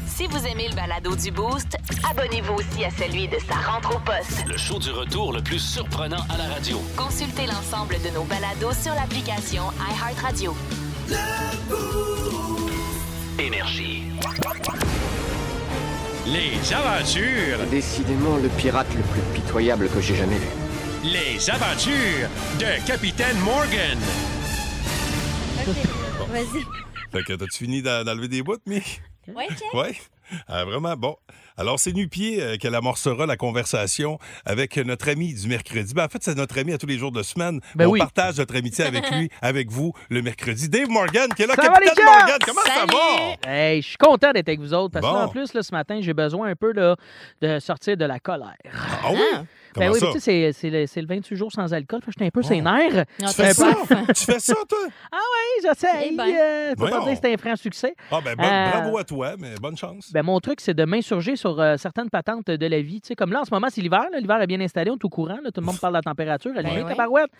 Speaker 1: Si vous aimez le balado du Boost, abonnez-vous aussi à celui de sa rentre au poste.
Speaker 2: Le show du retour le plus surprenant à la radio.
Speaker 1: Consultez l'ensemble de nos balados sur l'application iHeartRadio.
Speaker 2: Énergie.
Speaker 11: Les aventures,
Speaker 12: Décidément le pirate le plus pitoyable que j'ai jamais vu.
Speaker 11: les aventures de Capitaine Morgan.
Speaker 5: Vas-y.
Speaker 3: Fait que t'as-tu fini d'en- d'enlever des bouts, mais
Speaker 5: Ouais, check.
Speaker 3: Oui, vraiment bon. Alors, c'est Nupier euh, qu'elle amorcera la conversation avec notre ami du mercredi. Ben, en fait, c'est notre ami à tous les jours de semaine.
Speaker 8: Ben
Speaker 3: On
Speaker 8: oui.
Speaker 3: partage notre amitié avec lui,
Speaker 9: *laughs*
Speaker 3: avec vous, le mercredi. Dave Morgan qui est là.
Speaker 9: Ça va,
Speaker 3: Capitaine
Speaker 9: les gars?
Speaker 3: Morgan, comment ça va?
Speaker 9: Hey, je suis content d'être avec vous autres parce que
Speaker 3: Bon.
Speaker 9: là, en plus, là, ce matin, j'ai besoin un peu là, de sortir de la colère.
Speaker 3: Ah oui?
Speaker 9: Ben
Speaker 3: Comment
Speaker 9: oui,
Speaker 3: ça?
Speaker 9: mais tu sais, c'est- c'est le, c'est le 28 jours sans alcool. Fait que j'étais un peu
Speaker 3: Oh.
Speaker 9: sénère.
Speaker 3: Tu fais ça? tu fais ça, toi?
Speaker 9: Ah oui, j'essaye.
Speaker 5: Eh ben.
Speaker 9: euh, je peux pas
Speaker 3: Voyons.
Speaker 9: dire que c'est un franc succès.
Speaker 3: Ah, ben, bon-
Speaker 9: Euh,
Speaker 3: bravo à toi, mais bonne chance.
Speaker 9: Ben, mon truc, c'est de m'insurger sur euh, certaines patentes de la vie. Tu sais, comme là, en ce moment, c'est l'hiver. là. L'hiver est bien installé, on est au courant. là. tout le monde parle de la température. Elle est
Speaker 5: Ben
Speaker 9: bien,
Speaker 5: ouais.
Speaker 9: tabarouette.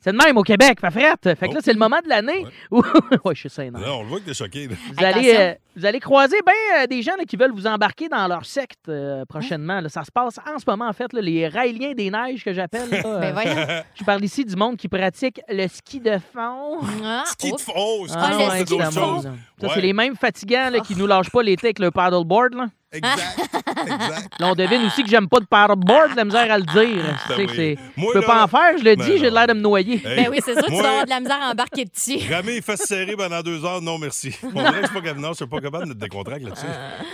Speaker 9: C'est de même au Québec, pas frette.
Speaker 3: Oh.
Speaker 9: Fait que là, c'est le moment de l'année où. *laughs* ouais, je suis sénère.
Speaker 3: Là, on le voit que t'es choqué. là.
Speaker 9: Vous allez,
Speaker 5: Attention.
Speaker 9: euh, vous allez croiser bien euh, des gens là, qui veulent vous embarquer dans leur secte euh, prochainement. là. Ça se passe en ce moment, en fait, là, les Raéliens des neiges que j'appelle.
Speaker 5: *laughs*
Speaker 9: là. Euh,
Speaker 3: *laughs*
Speaker 5: Ben voyons.
Speaker 9: je parle ici du monde qui pratique le ski de fond.
Speaker 5: Ah,
Speaker 3: Ski de
Speaker 5: oups.
Speaker 3: fond, ski
Speaker 5: Ah,
Speaker 3: de
Speaker 5: le
Speaker 3: fond,
Speaker 9: ouais,
Speaker 3: c'est
Speaker 5: ski de
Speaker 3: d'autres
Speaker 5: fond. Oh.
Speaker 3: choses.
Speaker 9: Ça,
Speaker 3: Ouais.
Speaker 9: c'est les mêmes fatigants là, qui nous lâchent pas l'été avec le paddleboard. Là.
Speaker 3: Exact,
Speaker 9: *laughs*
Speaker 3: exact.
Speaker 9: Là, on devine aussi que j'aime pas de paddleboard, la misère à le dire. Tu
Speaker 3: Ben
Speaker 9: sais que
Speaker 3: oui.
Speaker 9: c'est-
Speaker 3: Moi,
Speaker 9: je
Speaker 3: là-
Speaker 9: peux pas en faire, je le
Speaker 3: Ben
Speaker 9: dis, j'ai
Speaker 3: non.
Speaker 9: l'air de me noyer.
Speaker 5: Ben oui, c'est sûr que tu
Speaker 3: Moi-
Speaker 5: vas avoir de la misère à embarquer
Speaker 3: *laughs*
Speaker 5: dessus.
Speaker 3: Ramer les fesses serrées pendant deux heures, non
Speaker 9: *laughs*
Speaker 3: merci. On dirait que je suis pas capable, non, je suis pas capable de te décontracter là-dessus.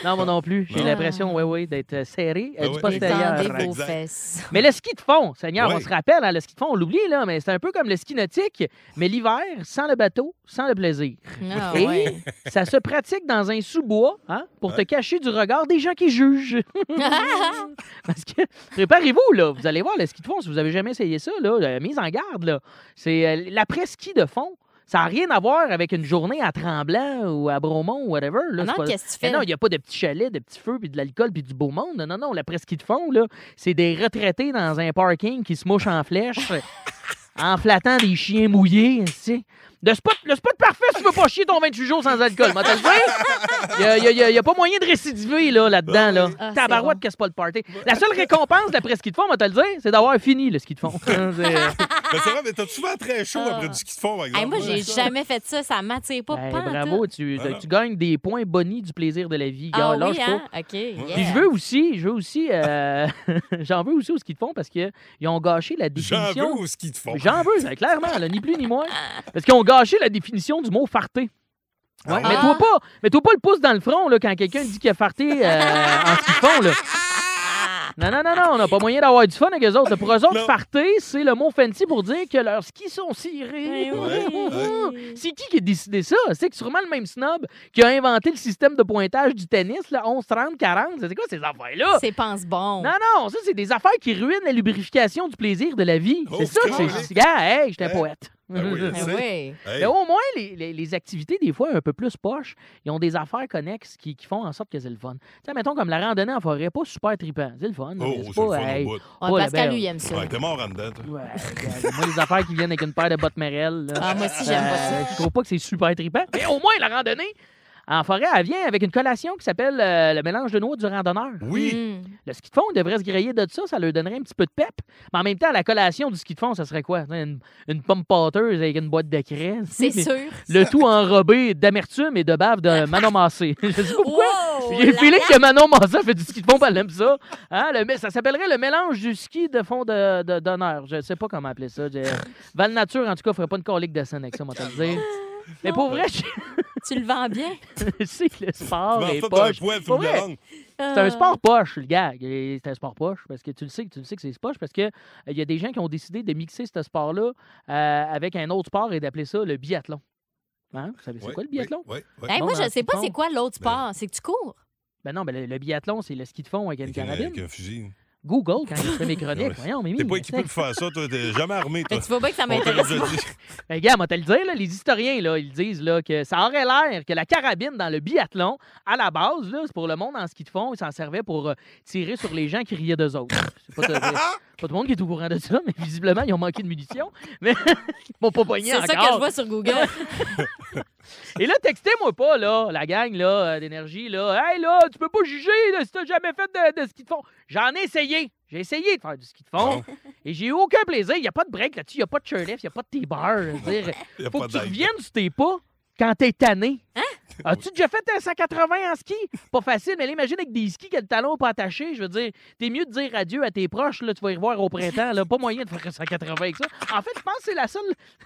Speaker 9: Non, moi non plus. J'ai
Speaker 3: Non.
Speaker 9: l'impression, ouais, ouais, d'être serré
Speaker 3: Ben
Speaker 9: euh, Ah, du
Speaker 3: oui.
Speaker 9: postérieur.
Speaker 5: Étendez vos
Speaker 3: Exact.
Speaker 5: fesses.
Speaker 9: Mais le ski de fond, Seigneur,
Speaker 3: Oui.
Speaker 9: on se rappelle, hein, le ski de fond, on l'oublie, là, mais c'est un peu comme le ski nautique, mais l'hiver, sans le bateau, sans le plaisir.
Speaker 5: Ah,
Speaker 9: Et
Speaker 5: ouais.
Speaker 9: ça se pratique dans un sous-bois hein, pour te cacher du regard des gens qui jugent. *laughs* Parce que, préparez-vous, là, vous allez voir le ski de fond, si vous avez jamais essayé ça, là, euh, mise en garde, là. C'est euh, l'après-ski de fond. Ça n'a rien à voir avec une journée à Tremblant ou à Bromont ou whatever. là.
Speaker 5: Ah non,
Speaker 9: C'est pas-
Speaker 5: qu'est-ce que tu
Speaker 9: Mais
Speaker 5: fais?
Speaker 9: Non, il n'y a pas de petits chalets, de petits feux, puis de l'alcool, puis du beau monde. Non, non, non. L'après-ski de fond, là, c'est des retraités dans un parking qui se mouchent en flèche en flattant des chiens mouillés, tu sais. Le spot, le spot parfait si tu veux pas chier ton 28 jours sans alcool, m'a Il n'y a, pas moyen de récidiver là, là-dedans. Là
Speaker 5: Ah, c'est
Speaker 9: Tabarouette
Speaker 5: bon.
Speaker 9: que c'est pas le party. La seule récompense d'après ski de fond, m'a te le dire, c'est d'avoir fini le ski de fond. C'est-
Speaker 3: Mais Ben, c'est vrai, mais t'as souvent très chaud
Speaker 9: Ah.
Speaker 3: après du ski de fond, par exemple.
Speaker 5: Hey, moi, j'ai
Speaker 3: Ça.
Speaker 5: jamais fait ça. Ça m'attire pas.
Speaker 9: Ben,
Speaker 5: pas en tout.
Speaker 9: bravo, tu,
Speaker 3: Ah.
Speaker 9: tu gagnes des points bonnies du plaisir de la vie.
Speaker 5: Ah
Speaker 9: Gars, lâche
Speaker 5: oui,
Speaker 9: pas.
Speaker 5: hein? OK. yeah.
Speaker 9: Puis je veux aussi, je veux aussi, euh, *laughs* j'en veux aussi au ski de fond parce qu'ils ont gâché la ben,
Speaker 3: J'en veux
Speaker 9: définition.
Speaker 3: au ski de fond.
Speaker 9: J'en veux, c'est clairement, là, ni plus ni moins. Parce qu'ils ont gâché la définition du mot farté. Ouais,
Speaker 3: Ah.
Speaker 9: Mets-toi pas, mets-toi pas le pouce dans le front là, quand quelqu'un dit qu'il a farté euh, en ski de fond. Là. Non, non, non, non, on n'a pas moyen d'avoir du fun avec eux autres. Pour eux autres,
Speaker 3: Non.
Speaker 9: farter, c'est le mot fancy pour dire que leurs skis sont cirés.
Speaker 5: Ben oui.
Speaker 9: C'est qui qui a décidé ça? C'est que sûrement le même snob qui a inventé le système de pointage du tennis, là, 11, 30, 40. C'est quoi ces affaires-là?
Speaker 5: C'est pense bon.
Speaker 9: Non, non, ça, c'est des affaires qui ruinent la lubrification du plaisir de la vie.
Speaker 3: Oh,
Speaker 9: c'est ça,
Speaker 3: c'est
Speaker 9: c'est.
Speaker 3: vrai.
Speaker 9: c'est- Ben Gars, hey, j'étais un
Speaker 3: Hein?
Speaker 9: poète.
Speaker 3: Ben oui,
Speaker 5: Ah
Speaker 3: c'est-
Speaker 5: oui.
Speaker 3: Hey, Oh,
Speaker 9: Mais au moins, les, les- les activités, des fois, un peu plus poches, ils ont des affaires connexes qui, qui font en sorte que c'est le fun. Tu sais, mettons, comme la randonnée en forêt, pas super tripant. C'est le fun.
Speaker 3: Oh,
Speaker 9: mais
Speaker 3: c'est le
Speaker 9: c'est
Speaker 3: fun
Speaker 9: pas,
Speaker 3: au
Speaker 9: hey,
Speaker 3: bout.
Speaker 5: Ouais,
Speaker 9: pas la
Speaker 5: Pascal,
Speaker 9: belle.
Speaker 5: lui, il aime ça.
Speaker 3: Ouais, t'es mort en dedans, toi.
Speaker 9: Ouais, regarde, moi, les affaires qui viennent avec une paire de bottes merelles. là.
Speaker 5: Ah, moi aussi, j'aime pas ça.
Speaker 9: Euh, Je trouve pas que c'est super trippant. Mais au moins, la randonnée en forêt, elle vient avec une collation qui s'appelle euh, le mélange de noix du randonneur.
Speaker 3: Oui,
Speaker 5: Mm.
Speaker 9: Le ski de fond, il devrait se griller de ça, ça leur donnerait un petit peu de pep. Mais en même temps, la collation du ski de fond, ça serait quoi? Une, une pomme pâteuse avec une boîte de crème. *laughs*
Speaker 5: C'est
Speaker 9: Mais
Speaker 5: sûr.
Speaker 9: Le tout enrobé d'amertume et de bave
Speaker 5: *laughs*
Speaker 9: de Manon Massé. Je sais pas pourquoi.
Speaker 5: Wow,
Speaker 9: J'ai le
Speaker 5: la
Speaker 9: feeling que Manon Massé fait du ski de fond, puis elle aime ça. Hein, le- ça s'appellerait le mélange du ski de fond de- de- d'honneur. Je sais pas comment appeler ça. Je- Val Nature, en tout cas, ferait pas une colique de scène avec ça, moi, te le dire. Mais pour vrai, je
Speaker 5: Tu le vends bien.
Speaker 9: sais que le sport
Speaker 3: tu
Speaker 9: est
Speaker 3: m'en dans un
Speaker 9: poche.
Speaker 3: poil,
Speaker 9: Pour
Speaker 3: film de
Speaker 9: vrai,
Speaker 3: langue.
Speaker 9: c'est un sport poche, le gars. C'est un sport poche parce que tu le sais, tu le sais que c'est poche parce que euh, il y a des gens qui ont décidé de mixer ce sport-là euh, avec un autre sport et d'appeler ça le biathlon. Hein? Vous savez c'est
Speaker 3: Ouais,
Speaker 9: quoi le
Speaker 3: oui,
Speaker 9: biathlon?
Speaker 3: oui, oui.
Speaker 5: Hey,
Speaker 9: Bon,
Speaker 5: Ben, moi,
Speaker 9: dans
Speaker 5: je
Speaker 9: le
Speaker 5: sais pas
Speaker 9: fond.
Speaker 5: c'est quoi l'autre sport. C'est que tu cours.
Speaker 9: Ben non, ben le, le biathlon c'est le ski de fond avec une
Speaker 3: Avec un-
Speaker 9: carabine.
Speaker 3: avec un fusil.
Speaker 9: Google quand je fais mes chroniques. Voyons, Mimi.
Speaker 3: T'es pas
Speaker 9: mais
Speaker 3: équipé
Speaker 9: c'est-
Speaker 3: pour faire ça, toi.
Speaker 9: *laughs*
Speaker 3: T'es jamais armé, toi.
Speaker 5: Ben,
Speaker 9: Mais tu vois bien que ça
Speaker 3: On te l'a
Speaker 9: m'intéresse
Speaker 3: déjà
Speaker 9: pas.
Speaker 3: dit.
Speaker 9: Ben, gars, moi, te le dire, là, les historiens, là, ils disent là, que ça aurait l'air que la carabine dans le biathlon, à la base, là, c'est pour le monde en ski de fond, ils s'en servaient pour euh, tirer sur les gens qui riaient d'eux autres. C'est pas, tout- pas tout le monde qui est au courant de ça, mais visiblement, ils ont manqué de munitions. *laughs* Mais ils m'ont pas
Speaker 5: C'est
Speaker 9: poigné
Speaker 5: ça que je vois sur Google.
Speaker 9: Et là, textez-moi pas, là, la gang là, euh, d'énergie, là. Hey, là, tu peux pas juger là, si t'as jamais fait de, de ski de fond. J'en ai essayé. J'ai essayé de faire du ski de fond. Et j'ai eu aucun plaisir. Il n'y a pas de break là-dessus. Il n'y a pas de chairlift. Il n'y a pas de T-bar. Je veux dire,
Speaker 3: Y a
Speaker 9: faut
Speaker 3: pas
Speaker 9: que tu
Speaker 3: d'aide.
Speaker 9: reviennes sur tes pas quand t'es tanné. Hein? As-tu déjà fait un 180 en ski? Pas facile, mais là, imagine avec des skis que le talon pas attaché. Je veux dire, t'es mieux de dire adieu *laughs* à tes proches, là, tu vas y revoir au printemps. Là. Pas moyen de faire un 180 avec ça. En fait, je pense que c'est la seule,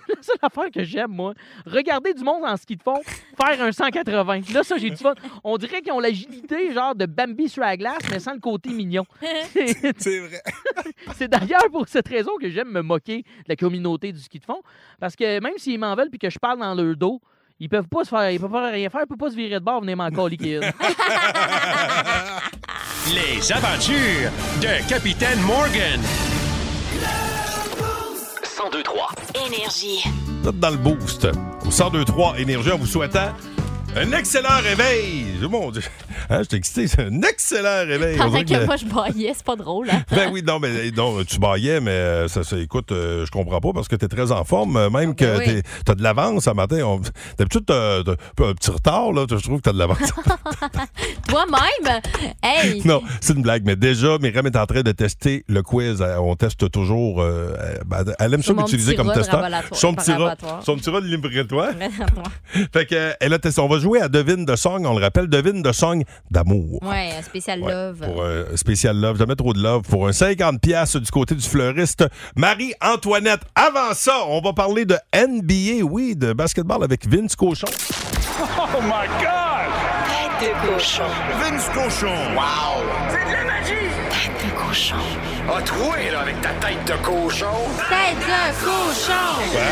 Speaker 9: la seule affaire que j'aime, moi. Regarder du monde en ski de fond, faire un 180. Là, ça, j'ai du fun. On dirait qu'ils ont l'agilité, genre de Bambi sur la glace, mais sans le côté mignon.
Speaker 3: *laughs* c'est vrai.
Speaker 9: C'est d'ailleurs pour cette raison que j'aime me moquer de la communauté du ski de fond. Parce que même s'ils m'en veulent puis que je parle dans leur dos, ils peuvent pas se faire, ils peuvent pas rien faire, ils peuvent pas se virer de bord, venir m'en coller qu'il y a une.
Speaker 11: Les aventures de Capitaine Morgan.
Speaker 2: 1023.
Speaker 1: Énergie.
Speaker 3: Vous êtes dans le boost. Au 1023 Énergie, en vous souhaitant un excellent réveil. Mon Dieu. Hein, je t'ai excité. C'est un excellent réveil. On
Speaker 5: Pendant
Speaker 3: dirait
Speaker 5: que,
Speaker 3: que le-
Speaker 5: moi, je baillais, c'est pas drôle.
Speaker 3: *laughs*
Speaker 5: Hein?
Speaker 3: Ben oui, non, mais non, tu baillais, mais euh, ça, ça, écoute, euh, je comprends pas parce que t'es très en forme, euh, même que
Speaker 5: oui.
Speaker 3: t'es- t'as de l'avance ce matin. On- D'habitude, t'as t'as un peu un petit retard, là, je trouve que t'as de l'avance.
Speaker 5: Toi-même, hey,
Speaker 3: non, c'est une blague, mais déjà, Myriam est en train de tester le quiz. Euh, On teste toujours. euh, euh, ben, elle aime ça
Speaker 5: Sur mon
Speaker 3: l'utiliser
Speaker 5: petit
Speaker 3: comme
Speaker 5: rat
Speaker 3: testeur.
Speaker 5: brabolatoire-
Speaker 3: Son petit rat.
Speaker 5: brabolatoire.
Speaker 3: Son petit rat de librettois.
Speaker 5: Vraiment.
Speaker 3: Fait que, euh, elle a testé. On va jouer à Devine de Song, on le rappelle. Devine de Song d'amour.
Speaker 5: *laughs* Ouais, un spécial
Speaker 3: Ouais,
Speaker 5: love.
Speaker 3: Pour un spécial love, jamais trop de love, pour un 50$ du côté du fleuriste Marie-Antoinette. Avant ça, on va parler de NBA, oui, de basketball avec Vince Cochon. *laughs*
Speaker 11: Oh my God! Tête de cochon. Vince cochon. Wow! C'est de la magie! Tête de cochon. A troué, Ah, là, avec ta tête de cochon.
Speaker 5: Tête de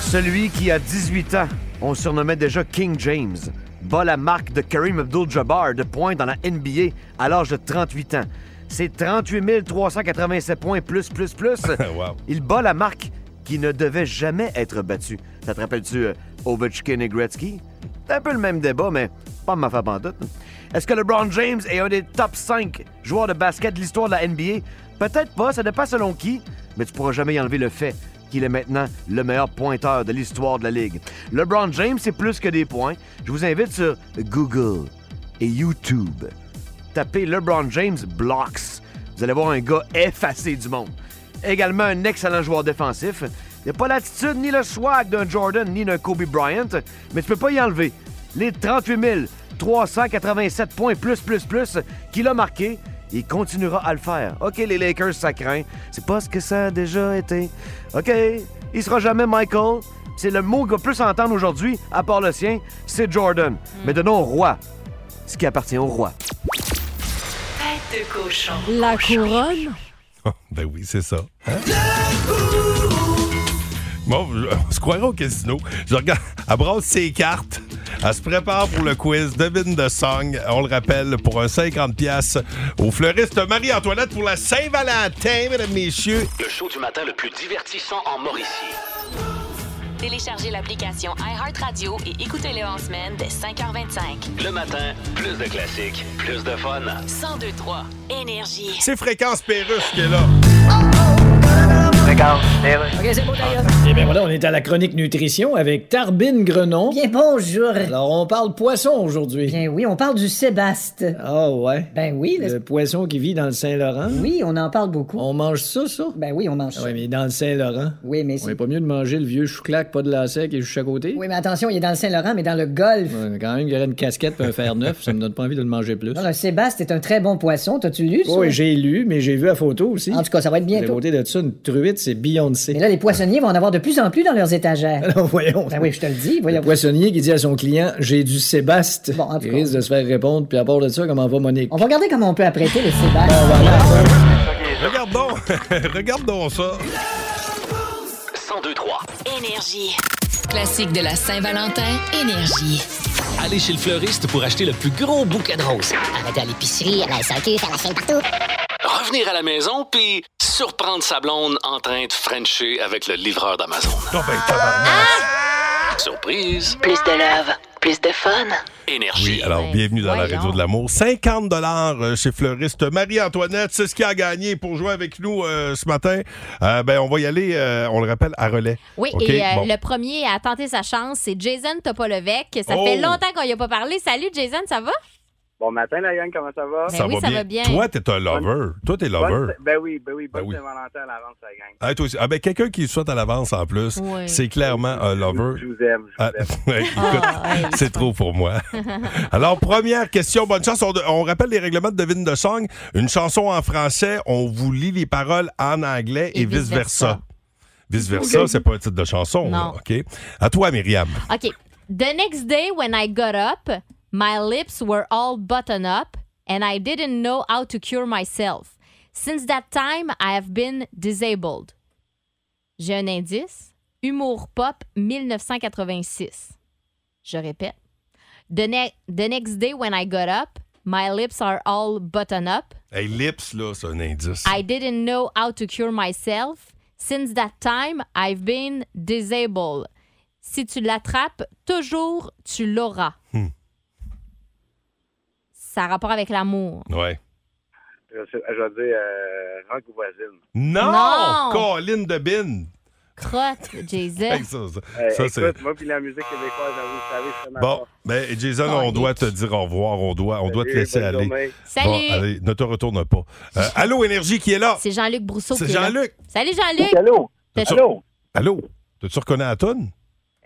Speaker 13: Celui qui a 18 ans, on le surnommait déjà King James, bat la marque de Kareem Abdul-Jabbar de points dans la NBA à l'âge de 38 ans. C'est 38 387 points plus, plus, plus. Il bat la marque qui ne devait jamais être battue. Ça te rappelle-tu euh, Ovechkin et Gretzky? C'est un peu le même débat, mais pas ma femme en doute. Est-ce que LeBron James est un des top 5 joueurs de basket de l'histoire de la NBA? Peut-être pas, ça dépend selon qui, mais tu pourras jamais y enlever le fait qu'il est maintenant le meilleur pointeur de l'histoire de la Ligue. LeBron James, c'est plus que des points. Je vous invite sur Google et YouTube. Tapez LeBron James Blocks. Vous allez voir un gars effacé du monde. Également un excellent joueur défensif. Il n'a pas l'attitude ni le swag d'un Jordan ni d'un Kobe Bryant, mais tu peux pas y enlever. Les 38 387 points plus plus plus qu'il a marqué, il continuera à le faire. OK, les Lakers, ça craint. C'est pas ce que ça a déjà été. OK, il sera jamais Michael. C'est le mot qu'on peut plus entendre aujourd'hui, à part le sien, c'est Jordan. Mais donnons au roi ce qui appartient au roi.
Speaker 1: Tête de cochon.
Speaker 5: La couronne.
Speaker 3: ben oui, c'est ça. Hein? Bon, je- on se croirait au casino. Je regarde, elle brasse ses cartes. Elle se prépare pour le quiz Devine de Song. On le rappelle, pour un 50$ au fleuriste Marie-Antoinette pour la Saint-Valentin, mesdames, messieurs.
Speaker 2: Le show du matin le plus divertissant en Mauricie.
Speaker 1: Téléchargez l'application iHeartRadio et écoutez-le en semaine dès 5h25.
Speaker 2: Le matin, plus de classiques, plus de fun.
Speaker 1: 1023 Énergie.
Speaker 3: C'est Fréquence Pérusse qui est là.
Speaker 13: Regarde.
Speaker 10: OK, c'est bon, d'ailleurs.
Speaker 7: Eh bien voilà, on est à la chronique nutrition avec Tarbine Grenon.
Speaker 14: Bien bonjour.
Speaker 7: Alors on parle poisson aujourd'hui.
Speaker 14: Bien oui, on parle du Sébaste.
Speaker 7: Ah ouais.
Speaker 14: Ben oui.
Speaker 7: Le poisson qui vit dans le Saint-Laurent.
Speaker 14: Oui, on en parle beaucoup.
Speaker 7: On mange ça, ça?
Speaker 14: Ben oui, on mange ça.
Speaker 7: Oui, mais dans le Saint-Laurent.
Speaker 14: Oui, mais
Speaker 7: On n'est pas mieux de manger le vieux chou-clac, pas de lacet qui est juste à côté?
Speaker 14: Oui, mais attention, il est dans le Saint-Laurent, mais dans le Golfe.
Speaker 7: Ouais, mais quand même, il y aurait une casquette et un fer neuf, ça me donne pas envie de le manger plus.
Speaker 14: Non, Ah, le Sébaste est un très bon poisson. T'as-tu lu ça?
Speaker 7: Oui, j'ai lu, mais j'ai vu la photo aussi. En tout
Speaker 14: cas, ça va être
Speaker 7: bientôt. À côté de ça, une truite, c'est Beyoncé.
Speaker 14: Mais
Speaker 7: *laughs*
Speaker 14: là, les poissonniers vont en avoir de plus en plus dans leurs étagères.
Speaker 7: Non, voyons.
Speaker 14: Ben oui, je te le dis. Voyons.
Speaker 7: Le poissonnier qui dit à son client J'ai du Sébaste. il risque de se faire répondre, puis à part de ça, comment va Monique
Speaker 14: On va regarder comment on peut apprêter le Sébaste.
Speaker 3: Regarde *laughs* donc, regarde donc ça.
Speaker 2: 1023.
Speaker 1: Énergie. Classique de la Saint-Valentin, Énergie.
Speaker 15: Allez chez le fleuriste pour acheter le plus gros bouquet de roses.
Speaker 16: Arrêtez à l'épicerie, à la SAQ, à la chaîne partout.
Speaker 15: Revenir à la maison puis surprendre sa blonde en train de frencher avec le livreur d'Amazon.
Speaker 3: ben,
Speaker 15: Surprise.
Speaker 1: Plus de love, plus de fun.
Speaker 15: Énergie.
Speaker 3: Oui, alors bienvenue dans la radio de l'amour. 50 dollars euh, chez fleuriste Marie-Antoinette, c'est ce qui a gagné pour jouer avec nous euh, ce matin. Euh, ben on va y aller, euh, on le rappelle, à relais.
Speaker 5: Oui,
Speaker 3: OK,
Speaker 5: et euh,
Speaker 3: bon.
Speaker 5: le premier à tenter sa chance, c'est Jason Topolovec. Ça
Speaker 3: Oh!
Speaker 5: fait longtemps qu'on n'y a pas parlé. Salut, Jason, ça va?
Speaker 17: Bon matin, la gang, comment ça va?
Speaker 3: Ben Ça, va bien. Toi, t'es un lover. Toi, t'es
Speaker 17: Bonne-
Speaker 3: lover.
Speaker 17: ben oui, ben oui, bonne
Speaker 3: Ben oui.
Speaker 17: Saint-Valentin à l'avance, la gang.
Speaker 3: Ah, toi aussi. Ah, ben, quelqu'un qui souhaite à l'avance en plus,
Speaker 17: Ouais.
Speaker 3: c'est clairement un lover.
Speaker 17: Je vous aime.
Speaker 3: Ah, *laughs* ouais, écoute,
Speaker 5: Ah,
Speaker 3: c'est trop pour
Speaker 5: *laughs*
Speaker 3: moi. Alors, première question, bonne chance. On, on rappelle les règlements de Devine de Song. Une chanson en français, on vous lit les paroles en anglais et, vice-versa. Vice-versa,
Speaker 5: Ok.
Speaker 3: c'est pas un titre de chanson. là,
Speaker 5: Non.
Speaker 3: OK? À toi, Myriam.
Speaker 5: OK. The next day when I got up, my lips were all buttoned up and I didn't know how to cure myself. Since that time, I have been disabled. J'ai un indice. Humour pop 1986. Je répète. The, ne- the next day when I got up, my lips are all buttoned up.
Speaker 3: Hey, lips, là, c'est un indice.
Speaker 5: I didn't know how to cure myself. Since that time, I've been disabled. Si tu l'attrapes, toujours tu l'auras.
Speaker 3: Hmm.
Speaker 5: Ça a rapport avec l'amour.
Speaker 3: Ouais.
Speaker 17: Je, je vais dire euh, rock ou voisine.
Speaker 3: Non!
Speaker 5: Non! Eh.
Speaker 3: Colline de Bin.
Speaker 5: Crotte, Jason.
Speaker 3: Hey, ça, ça-
Speaker 17: Euh,
Speaker 3: ça, c'est.
Speaker 17: écoute, moi puis la musique québécoise, vous le savez, c'est ma
Speaker 3: Bon,
Speaker 17: force.
Speaker 3: ben Jason, on doit te dire au revoir, on doit, on doit te
Speaker 17: Salut,
Speaker 3: laisser
Speaker 17: bonne
Speaker 3: aller.
Speaker 17: journée.
Speaker 5: Salut.
Speaker 3: Bon, allez, ne te retourne pas. Euh, allô, Énergie qui est là.
Speaker 5: C'est Jean-Luc Brousseau.
Speaker 3: C'est
Speaker 5: qui est là.
Speaker 3: Jean-Luc.
Speaker 5: Salut Jean-Luc.
Speaker 18: allô.
Speaker 5: T'as-
Speaker 18: Allô.
Speaker 3: Allô, t'as-tu reconnu la toune?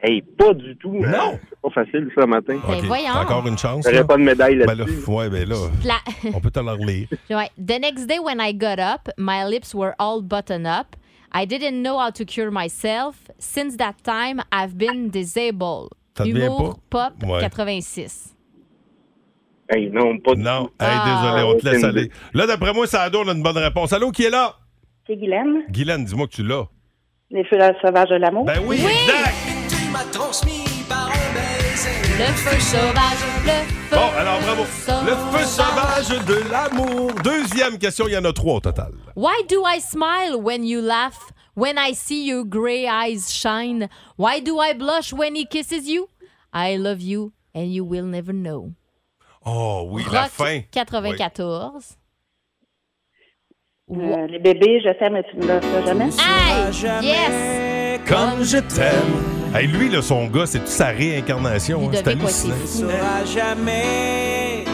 Speaker 18: Hey, pas du tout.
Speaker 3: Non.
Speaker 18: C'est pas facile, ça, matin.
Speaker 5: Ben,
Speaker 3: OK,
Speaker 5: voyons.
Speaker 3: t'as encore une chance.
Speaker 18: J'aurais
Speaker 3: là?
Speaker 18: pas de médaille
Speaker 3: Ben
Speaker 18: là-dessus.
Speaker 3: là, ouais, ben là,
Speaker 5: La- *laughs*
Speaker 3: on peut te la relire.
Speaker 5: Ouais. The next day when I got up, my lips were all buttoned up. I didn't know how to cure myself. Since that time, I've been disabled.
Speaker 3: Ça te vient
Speaker 5: Humour
Speaker 3: pas?
Speaker 5: pop
Speaker 3: Ouais.
Speaker 5: 86.
Speaker 18: Hey, non, pas
Speaker 3: Non,
Speaker 4: *laughs*
Speaker 3: hey, désolé, on te laisse aller. Là, d'après moi, ça donne une bonne réponse. Allô, qui est là?
Speaker 19: C'est Guylaine,
Speaker 3: Guylaine, dis-moi que tu l'as.
Speaker 19: les feux sauvages de l'amour.
Speaker 3: Ben oui, exact!
Speaker 5: Le feu sauvage, le feu.
Speaker 3: Bon, alors bravo. Le feu sauvage de l'amour. Deuxième question, il y en a trois au total.
Speaker 5: Why do I smile when you laugh? When I see your gray eyes shine? Why do I blush when he kisses you? I love you and you will never know.
Speaker 3: Oh oui, la
Speaker 5: Rock
Speaker 3: fin.
Speaker 5: 94.
Speaker 19: Euh, les bébés, je t'aime et tu ne le feras jamais.
Speaker 5: Hey! Yes!
Speaker 3: Comme je t'aime. Hey, lui, là, son gars, c'est toute sa réincarnation. hein, C'est
Speaker 5: Ludovic
Speaker 3: hallucinant.
Speaker 5: Poissy.
Speaker 11: jamais.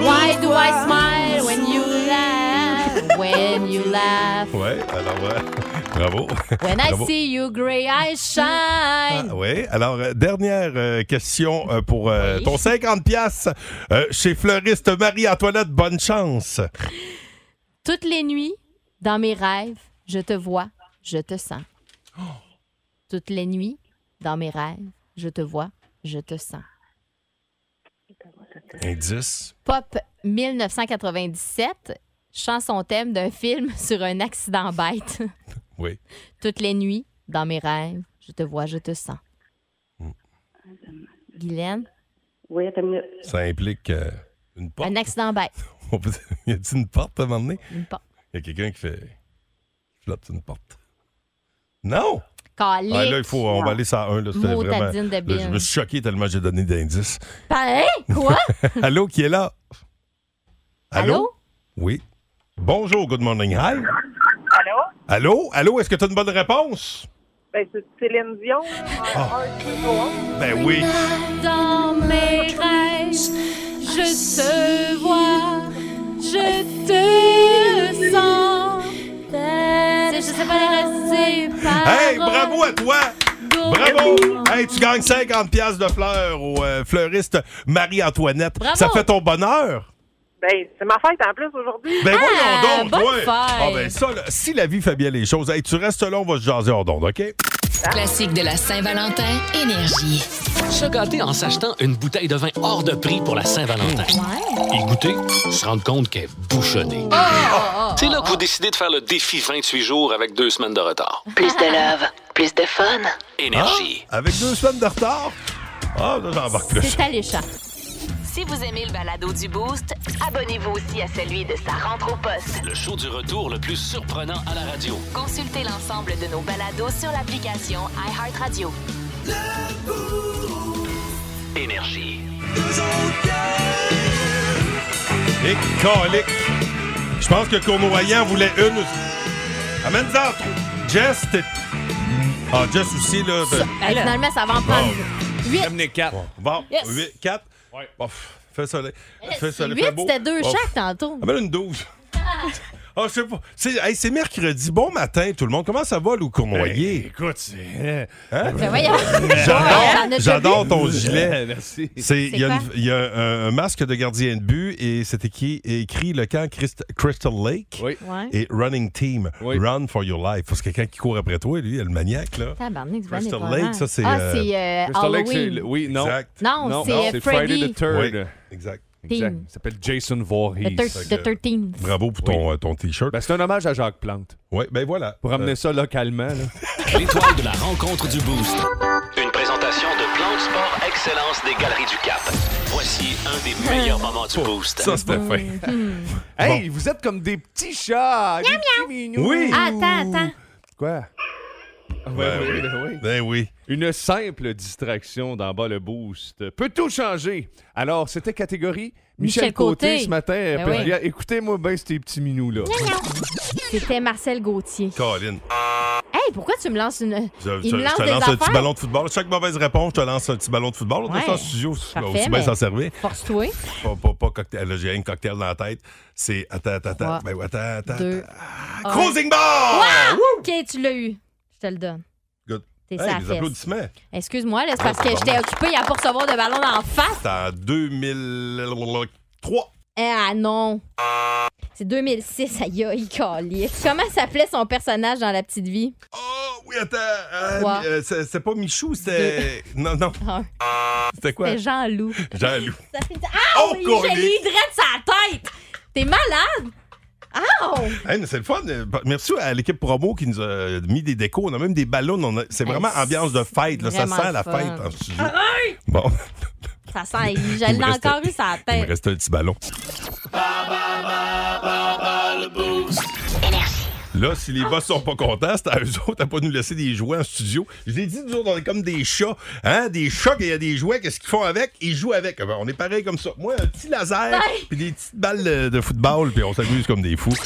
Speaker 5: Why do I smile when you laugh? When you laugh.
Speaker 3: Ouais, alors, ouais. *laughs* bravo.
Speaker 5: When I
Speaker 3: Bravo.
Speaker 5: see your gray eyes shine.
Speaker 3: Ah, oui, alors, euh, dernière euh, question euh, pour euh, ton 50$ piastres, euh, chez fleuriste Marie-Antoinette. Bonne chance.
Speaker 5: Toutes les nuits, dans mes rêves, je te vois, je te sens. Toutes les nuits, dans mes rêves, je te vois, je te sens.
Speaker 3: Indice.
Speaker 5: Pop 1997, chanson thème d'un film *laughs* sur un accident bête.
Speaker 3: *laughs* Oui.
Speaker 5: Toutes les nuits, dans mes rêves, je te vois, je te sens.
Speaker 3: Mm.
Speaker 5: Guylaine,
Speaker 19: Oui, t'as mieux.
Speaker 3: Ça implique euh, une porte.
Speaker 5: un accident bête.
Speaker 3: On peut- *laughs* y a-t-il une porte à un moment donné?
Speaker 5: Une porte.
Speaker 3: Il y a quelqu'un qui fait. qui flotte une porte. Non!
Speaker 5: Calique.
Speaker 3: Ah, là, il faut, on va aller sur un. Là, c'était
Speaker 5: Maudite
Speaker 3: vraiment,
Speaker 5: Adine de
Speaker 3: là,
Speaker 5: Bin.
Speaker 3: je me suis choqué tellement j'ai donné d'indices. *laughs*
Speaker 5: Ben, hein? Quoi?
Speaker 3: Allô, qui est là?
Speaker 5: Allô?
Speaker 3: Oui. Bonjour, good morning, hi. Allô? Allô? Allô, est-ce que tu as une bonne réponse?
Speaker 20: Ben, c'est Céline Dion. euh, hein.
Speaker 3: Ben oui.
Speaker 5: Dans mes rêves, je te vois, je te sens. Je sais pas les rester par.
Speaker 3: Hey, bravo à toi! Bravo! Hey, tu gagnes 50 pièces de fleurs au euh, fleuriste Marie-Antoinette.
Speaker 20: Bravo!
Speaker 3: Ça fait ton bonheur?
Speaker 20: Ben, c'est ma fête en plus aujourd'hui.
Speaker 3: Ben voyons donc,
Speaker 20: bonne
Speaker 3: toi!
Speaker 20: fête.
Speaker 3: Ah ben ça, là, si la vie fait bien les choses, hey, tu restes là, on va se jaser hors d'onde, OK?
Speaker 21: Classique de la Saint-Valentin, énergie.
Speaker 15: Se gâter en s'achetant une bouteille de vin hors de prix pour la Saint-Valentin.
Speaker 16: Hmm.
Speaker 15: Et goûter, se rendre compte qu'elle est bouchonnée.
Speaker 16: Oh!
Speaker 15: C'est là que vous décidez de faire le défi 28 jours avec deux semaines de retard.
Speaker 1: Plus de love, plus de fun.
Speaker 15: Énergie.
Speaker 3: Ah, Avec deux semaines de retard? Ah, là, j'embarque plus.
Speaker 5: C'est alléchant.
Speaker 1: Si vous aimez le balado du Boost, abonnez-vous aussi à celui de sa rentre au poste.
Speaker 2: Le show du retour le plus surprenant à la radio.
Speaker 1: Consultez l'ensemble de nos balados sur l'application iHeartRadio.
Speaker 2: Énergie.
Speaker 3: Et calique. Je pense que Cournoyant voulait une. Amène ça. Jess, t'es. Ah, Jess aussi, là.
Speaker 5: Ça- Hey, finalement, ça va en prendre. Huit.
Speaker 3: Amenez 4. Bon,
Speaker 5: Yes. Eh,
Speaker 3: 8, 4. Ouais. Bon, pff, fais soleil. Fais
Speaker 5: C'est
Speaker 3: soleil.
Speaker 5: Huit,
Speaker 3: fais beau. Oh.
Speaker 5: c'était deux
Speaker 3: Bon,
Speaker 5: chaque tantôt.
Speaker 3: Amène une
Speaker 5: *laughs*
Speaker 3: 12. Ah, je sais pas. C'est hey, c'est mercredi. Bon matin, tout le monde. Comment ça va, Lou Cournoyer?
Speaker 15: Eh, écoute, c'est.
Speaker 3: Hein?
Speaker 5: Ben voyons.
Speaker 3: J'adore,
Speaker 5: J'en ai
Speaker 3: j'adore
Speaker 15: vu.
Speaker 3: ton gilet.
Speaker 15: Ouais, merci.
Speaker 3: C'est- Il y a,
Speaker 5: C'est
Speaker 3: une-
Speaker 5: quoi?
Speaker 3: il y a un, un masque de gardien de but et c'est écrit, écrit le camp Christ- Crystal Lake
Speaker 5: Ouais.
Speaker 3: et Running Team. Run for your life. Parce que quelqu'un qui court après toi, lui, il a le maniaque. Là.
Speaker 5: Tabarnak, c'est
Speaker 3: Crystal
Speaker 5: bon,
Speaker 3: Lake, ça, c'est,
Speaker 5: Ah,
Speaker 3: euh,
Speaker 5: c'est euh,
Speaker 15: Crystal Lake, c'est
Speaker 5: Halloween.
Speaker 15: le- oui, non.
Speaker 3: Exact.
Speaker 5: Non, c'est, euh, Freddy.
Speaker 15: Friday the 3rd.
Speaker 3: Oui, exact.
Speaker 15: Exact.
Speaker 5: Team.
Speaker 15: Il s'appelle Jason Voorhees.
Speaker 5: The thir- the 13th.
Speaker 3: Bravo pour ton, euh, ton t-shirt.
Speaker 15: Ben, c'est un hommage à Jacques Plante.
Speaker 3: Oui, ben voilà.
Speaker 15: Pour amener ça localement.
Speaker 2: L'étoile de la rencontre du Boost. Une présentation de Plan de Sport Excellence des Galeries du Cap. Voici un des meilleurs moments du Boost.
Speaker 3: Euh, Ça, c'était fin.
Speaker 5: Hmm.
Speaker 3: *laughs*
Speaker 15: hey, vous êtes comme des petits chats. des petits minous.
Speaker 3: Oui.
Speaker 5: Attends, attends.
Speaker 15: Quoi? Ah, ben
Speaker 3: Ben
Speaker 15: oui,
Speaker 3: oui.
Speaker 15: ben oui.
Speaker 3: Ben oui.
Speaker 15: Une simple distraction d'en bas le boost
Speaker 2: Eh
Speaker 15: peut tout changer. Alors, c'était catégorie Michel,
Speaker 5: Michel
Speaker 15: Côté.
Speaker 5: Côté.
Speaker 15: ce matin.
Speaker 5: Ben
Speaker 15: puis,
Speaker 5: oui.
Speaker 15: regarde, Écoutez-moi bien ces petits minous là.
Speaker 5: C'était Marcel Gauthier.
Speaker 3: Colin,
Speaker 5: Hey, pourquoi tu me lances une.
Speaker 3: je, je-
Speaker 5: Il me
Speaker 3: je
Speaker 5: lance
Speaker 3: te
Speaker 5: des
Speaker 3: lance un petit
Speaker 5: affaires.
Speaker 3: ballon de football. Chaque mauvaise réponse, je te lance un petit ballon de football. On
Speaker 5: Ouais.
Speaker 3: ça en studio, aussi
Speaker 5: Parfait,
Speaker 3: aussi bien
Speaker 5: mais-
Speaker 3: s'en servir.
Speaker 5: Force-toi.
Speaker 3: Pas, pas, pas cocktail. Là, j'ai un cocktail dans la tête. C'est. Attends, attends, attends.
Speaker 5: Trois,
Speaker 3: Ben, attends, attends.
Speaker 5: deux,
Speaker 3: attends. Cruising ball!
Speaker 5: Wow! Ah! OK, tu l'as eu. Je te le donne.
Speaker 3: Good.
Speaker 5: T'es
Speaker 3: Hey,
Speaker 5: sa
Speaker 3: des
Speaker 5: fesse.
Speaker 3: applaudissements.
Speaker 5: Excuse-moi, là, c'est
Speaker 3: Ouais,
Speaker 5: parce que
Speaker 3: c'est
Speaker 5: j'étais
Speaker 3: bon.
Speaker 5: occupée à pas recevoir de ballon d'en face.
Speaker 3: C'est en 2003.
Speaker 5: Ah non. C'est 2006, aïe, aïe, calisse. Comment s'appelait son personnage dans La Petite Vie?
Speaker 3: Oh, oui, attends. euh,
Speaker 5: Trois.
Speaker 3: euh, c'est c'est pas Michou, c'était. Non, non.
Speaker 5: *laughs* Un. Ben,
Speaker 3: C'était quoi?
Speaker 5: C'était Jean-Loup.
Speaker 3: Jean-Loup.
Speaker 5: Ça fait- Ah
Speaker 3: Oh,
Speaker 5: oui,
Speaker 3: calisse.
Speaker 5: je l'ai eu direct sa tête! T'es malade! Ah!
Speaker 3: Hey, mais c'est le fun. Euh, Merci à l'équipe promo qui nous a mis des décos. On a même des ballons. On a- C'est vraiment
Speaker 5: Hey,
Speaker 3: ambiance de fête. là. Ça
Speaker 5: vraiment
Speaker 3: sent la
Speaker 5: le fun.
Speaker 3: fête en studio.
Speaker 5: Arrête!
Speaker 3: Bon,
Speaker 5: Ça sent, je
Speaker 3: Il
Speaker 5: l'ai
Speaker 3: me restait-
Speaker 5: encore eu sa
Speaker 3: il me
Speaker 5: tête.
Speaker 3: reste un petit ballon. Là, si les boss sont pas contents, c'est à eux autres à pas nous laisser des jouets en studio. Je l'ai dit, nous autres, on est comme des chats. Hein? Des chats, qu'il y a des jouets, qu'est-ce qu'ils font avec? Ils jouent avec. Ben, on est pareil comme ça. Moi, un petit laser, puis des petites balles de, de football, puis on s'amuse comme des fous.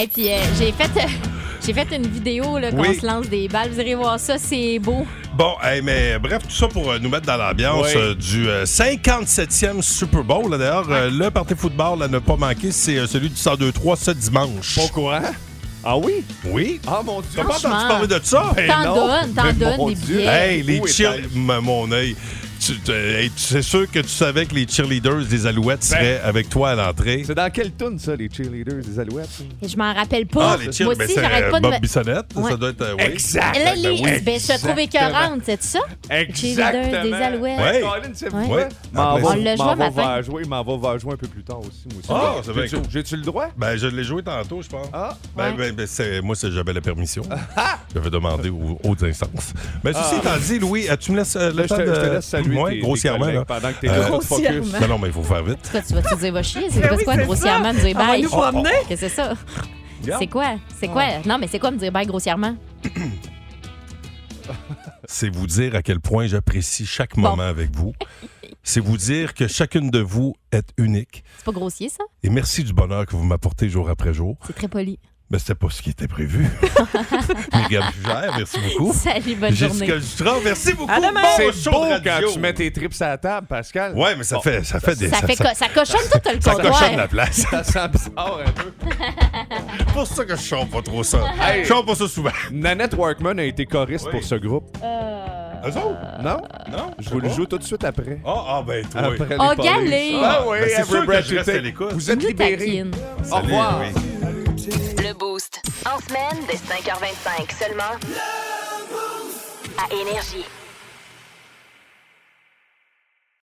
Speaker 5: Et puis, euh, j'ai fait. euh, *laughs* J'ai fait une vidéo là, qu'on
Speaker 3: Oui.
Speaker 5: se lance des balles. Vous irez voir ça, c'est beau.
Speaker 3: Bon, hey, mais bref, tout ça pour euh, nous mettre dans l'ambiance
Speaker 15: Oui.
Speaker 3: euh, du euh, 57e Super Bowl. là. D'ailleurs, euh, le party football à ne pas manquer, c'est euh, celui du 102-3 ce dimanche.
Speaker 15: Pas au courant? Ah oui?
Speaker 3: Oui.
Speaker 15: Ah mon Dieu.
Speaker 3: T'as pas entendu
Speaker 5: Franchement.
Speaker 3: parler de ça?
Speaker 5: Ben T'en non. donnes, t'en
Speaker 15: Mais
Speaker 5: donnes
Speaker 15: mon
Speaker 5: des
Speaker 15: Dieu.
Speaker 5: billets.
Speaker 3: Hey, les
Speaker 15: Où est
Speaker 3: cheer...
Speaker 15: elle?
Speaker 3: M- Mon œil. Tu- tu- hey, tu- C'est sûr que tu savais que les cheerleaders des Alouettes seraient avec toi à l'entrée.
Speaker 15: Ben. C'est dans quelle tune ça, les cheerleaders des Alouettes?
Speaker 5: Et je m'en rappelle pas.
Speaker 3: les
Speaker 5: Moi
Speaker 3: cheerleaders,
Speaker 5: aussi,
Speaker 3: c'est
Speaker 5: j'arrête
Speaker 3: euh,
Speaker 5: pas de
Speaker 3: Bob
Speaker 5: me-
Speaker 3: Bissonnette.
Speaker 5: Ouais.
Speaker 3: Ça doit être. euh, oui.
Speaker 15: Exact.
Speaker 5: Là, les...
Speaker 15: Ben oui.
Speaker 5: ben, je te
Speaker 15: Exactement.
Speaker 5: trouve écœurante, c'est ça? cheerleaders des Alouettes.
Speaker 15: Ouais.
Speaker 3: Ouais.
Speaker 15: Colin, c'est
Speaker 5: Ouais.
Speaker 15: vrai.
Speaker 3: Ouais.
Speaker 15: M'en
Speaker 3: Après
Speaker 15: va-
Speaker 5: ça. On l'a joué
Speaker 15: m'en va
Speaker 5: matin.
Speaker 15: vers jouer, m'en va vers jouer un peu plus tard aussi, moi aussi.
Speaker 3: Ah, c'est bien
Speaker 15: J'ai-tu-
Speaker 3: cool.
Speaker 15: J'ai-tu le droit?
Speaker 3: Ben, je l'ai joué tantôt, je pense.
Speaker 15: Ah.
Speaker 3: Ben,
Speaker 5: Ouais.
Speaker 3: ben, ben, c'est- moi, c'est- j'avais
Speaker 15: *laughs*
Speaker 3: la permission. J'avais demandé aux, aux instances. Mais ceci
Speaker 15: Ah.
Speaker 3: étant dit, Louis, euh, tu me laisses euh, le
Speaker 15: Là, je
Speaker 3: temps
Speaker 15: te,
Speaker 3: de...
Speaker 15: je te laisse saluer
Speaker 3: Ouais,
Speaker 15: tes- tes
Speaker 3: grossièrement.
Speaker 15: collègues
Speaker 3: là.
Speaker 15: pendant que t'es
Speaker 3: Euh,
Speaker 15: là, de
Speaker 5: Grossièrement.
Speaker 15: focus.
Speaker 3: Non, non, mais il faut faire vite.
Speaker 5: Quoi, tu vas-tu dire va chier? C'est quoi, c'est quoi grossièrement me dire
Speaker 8: Ah,
Speaker 11: On va
Speaker 5: bye?
Speaker 11: nous promener?
Speaker 5: Qu'est-ce que c'est ça?
Speaker 15: Regarde.
Speaker 5: C'est quoi? C'est quoi? Non, mais c'est quoi me dire bye grossièrement?
Speaker 3: C'est vous dire à quel point j'apprécie chaque moment avec vous. C'est vous dire que chacune de vous est unique.
Speaker 5: C'est pas grossier, ça?
Speaker 3: Et merci du bonheur que vous m'apportez jour après jour.
Speaker 5: C'est très poli.
Speaker 3: Mais c'était pas ce qui était prévu. Myriam Fugère, merci beaucoup.
Speaker 5: Salut, bonne journée.
Speaker 3: Jessica Dutron, merci beaucoup.
Speaker 11: À demain.
Speaker 3: Bon
Speaker 15: C'est
Speaker 3: show
Speaker 15: beau
Speaker 3: de radio.
Speaker 15: quand tu mets tes trips à la table, Pascal.
Speaker 3: Ouais, mais ça
Speaker 15: Bon.
Speaker 3: fait, ça fait des.
Speaker 5: Ça, fait co- ça cochonne tout le
Speaker 3: ça
Speaker 5: comptoir.
Speaker 3: cochonne la
Speaker 15: *laughs*
Speaker 3: place.
Speaker 15: *laughs* Ça sent bizarre un peu.
Speaker 3: C'est pour ça que je chante pas trop ça.
Speaker 15: Hey.
Speaker 3: Je chante pas ça souvent.
Speaker 15: Nanette Workman a été choriste
Speaker 3: Oui.
Speaker 15: pour ce groupe.
Speaker 3: *laughs* Eux autres?
Speaker 15: Non?
Speaker 3: Non?
Speaker 15: Je vous le joue tout de suite après.
Speaker 3: Ah, ah, ben, toi.
Speaker 15: Après les
Speaker 5: Oh,
Speaker 15: Police.
Speaker 5: galé!
Speaker 15: Ah oui,
Speaker 3: Ben, c'est
Speaker 15: Every
Speaker 3: sûr que
Speaker 15: Breath
Speaker 3: je
Speaker 15: You
Speaker 3: reste à
Speaker 15: Take.
Speaker 3: l'écoute.
Speaker 15: Vous êtes
Speaker 5: Nous
Speaker 15: libérés.
Speaker 5: taquine.
Speaker 15: Au
Speaker 3: Salut,
Speaker 15: revoir.
Speaker 3: oui.
Speaker 1: Le Boost. En semaine, dès 5h25 seulement. À Énergie.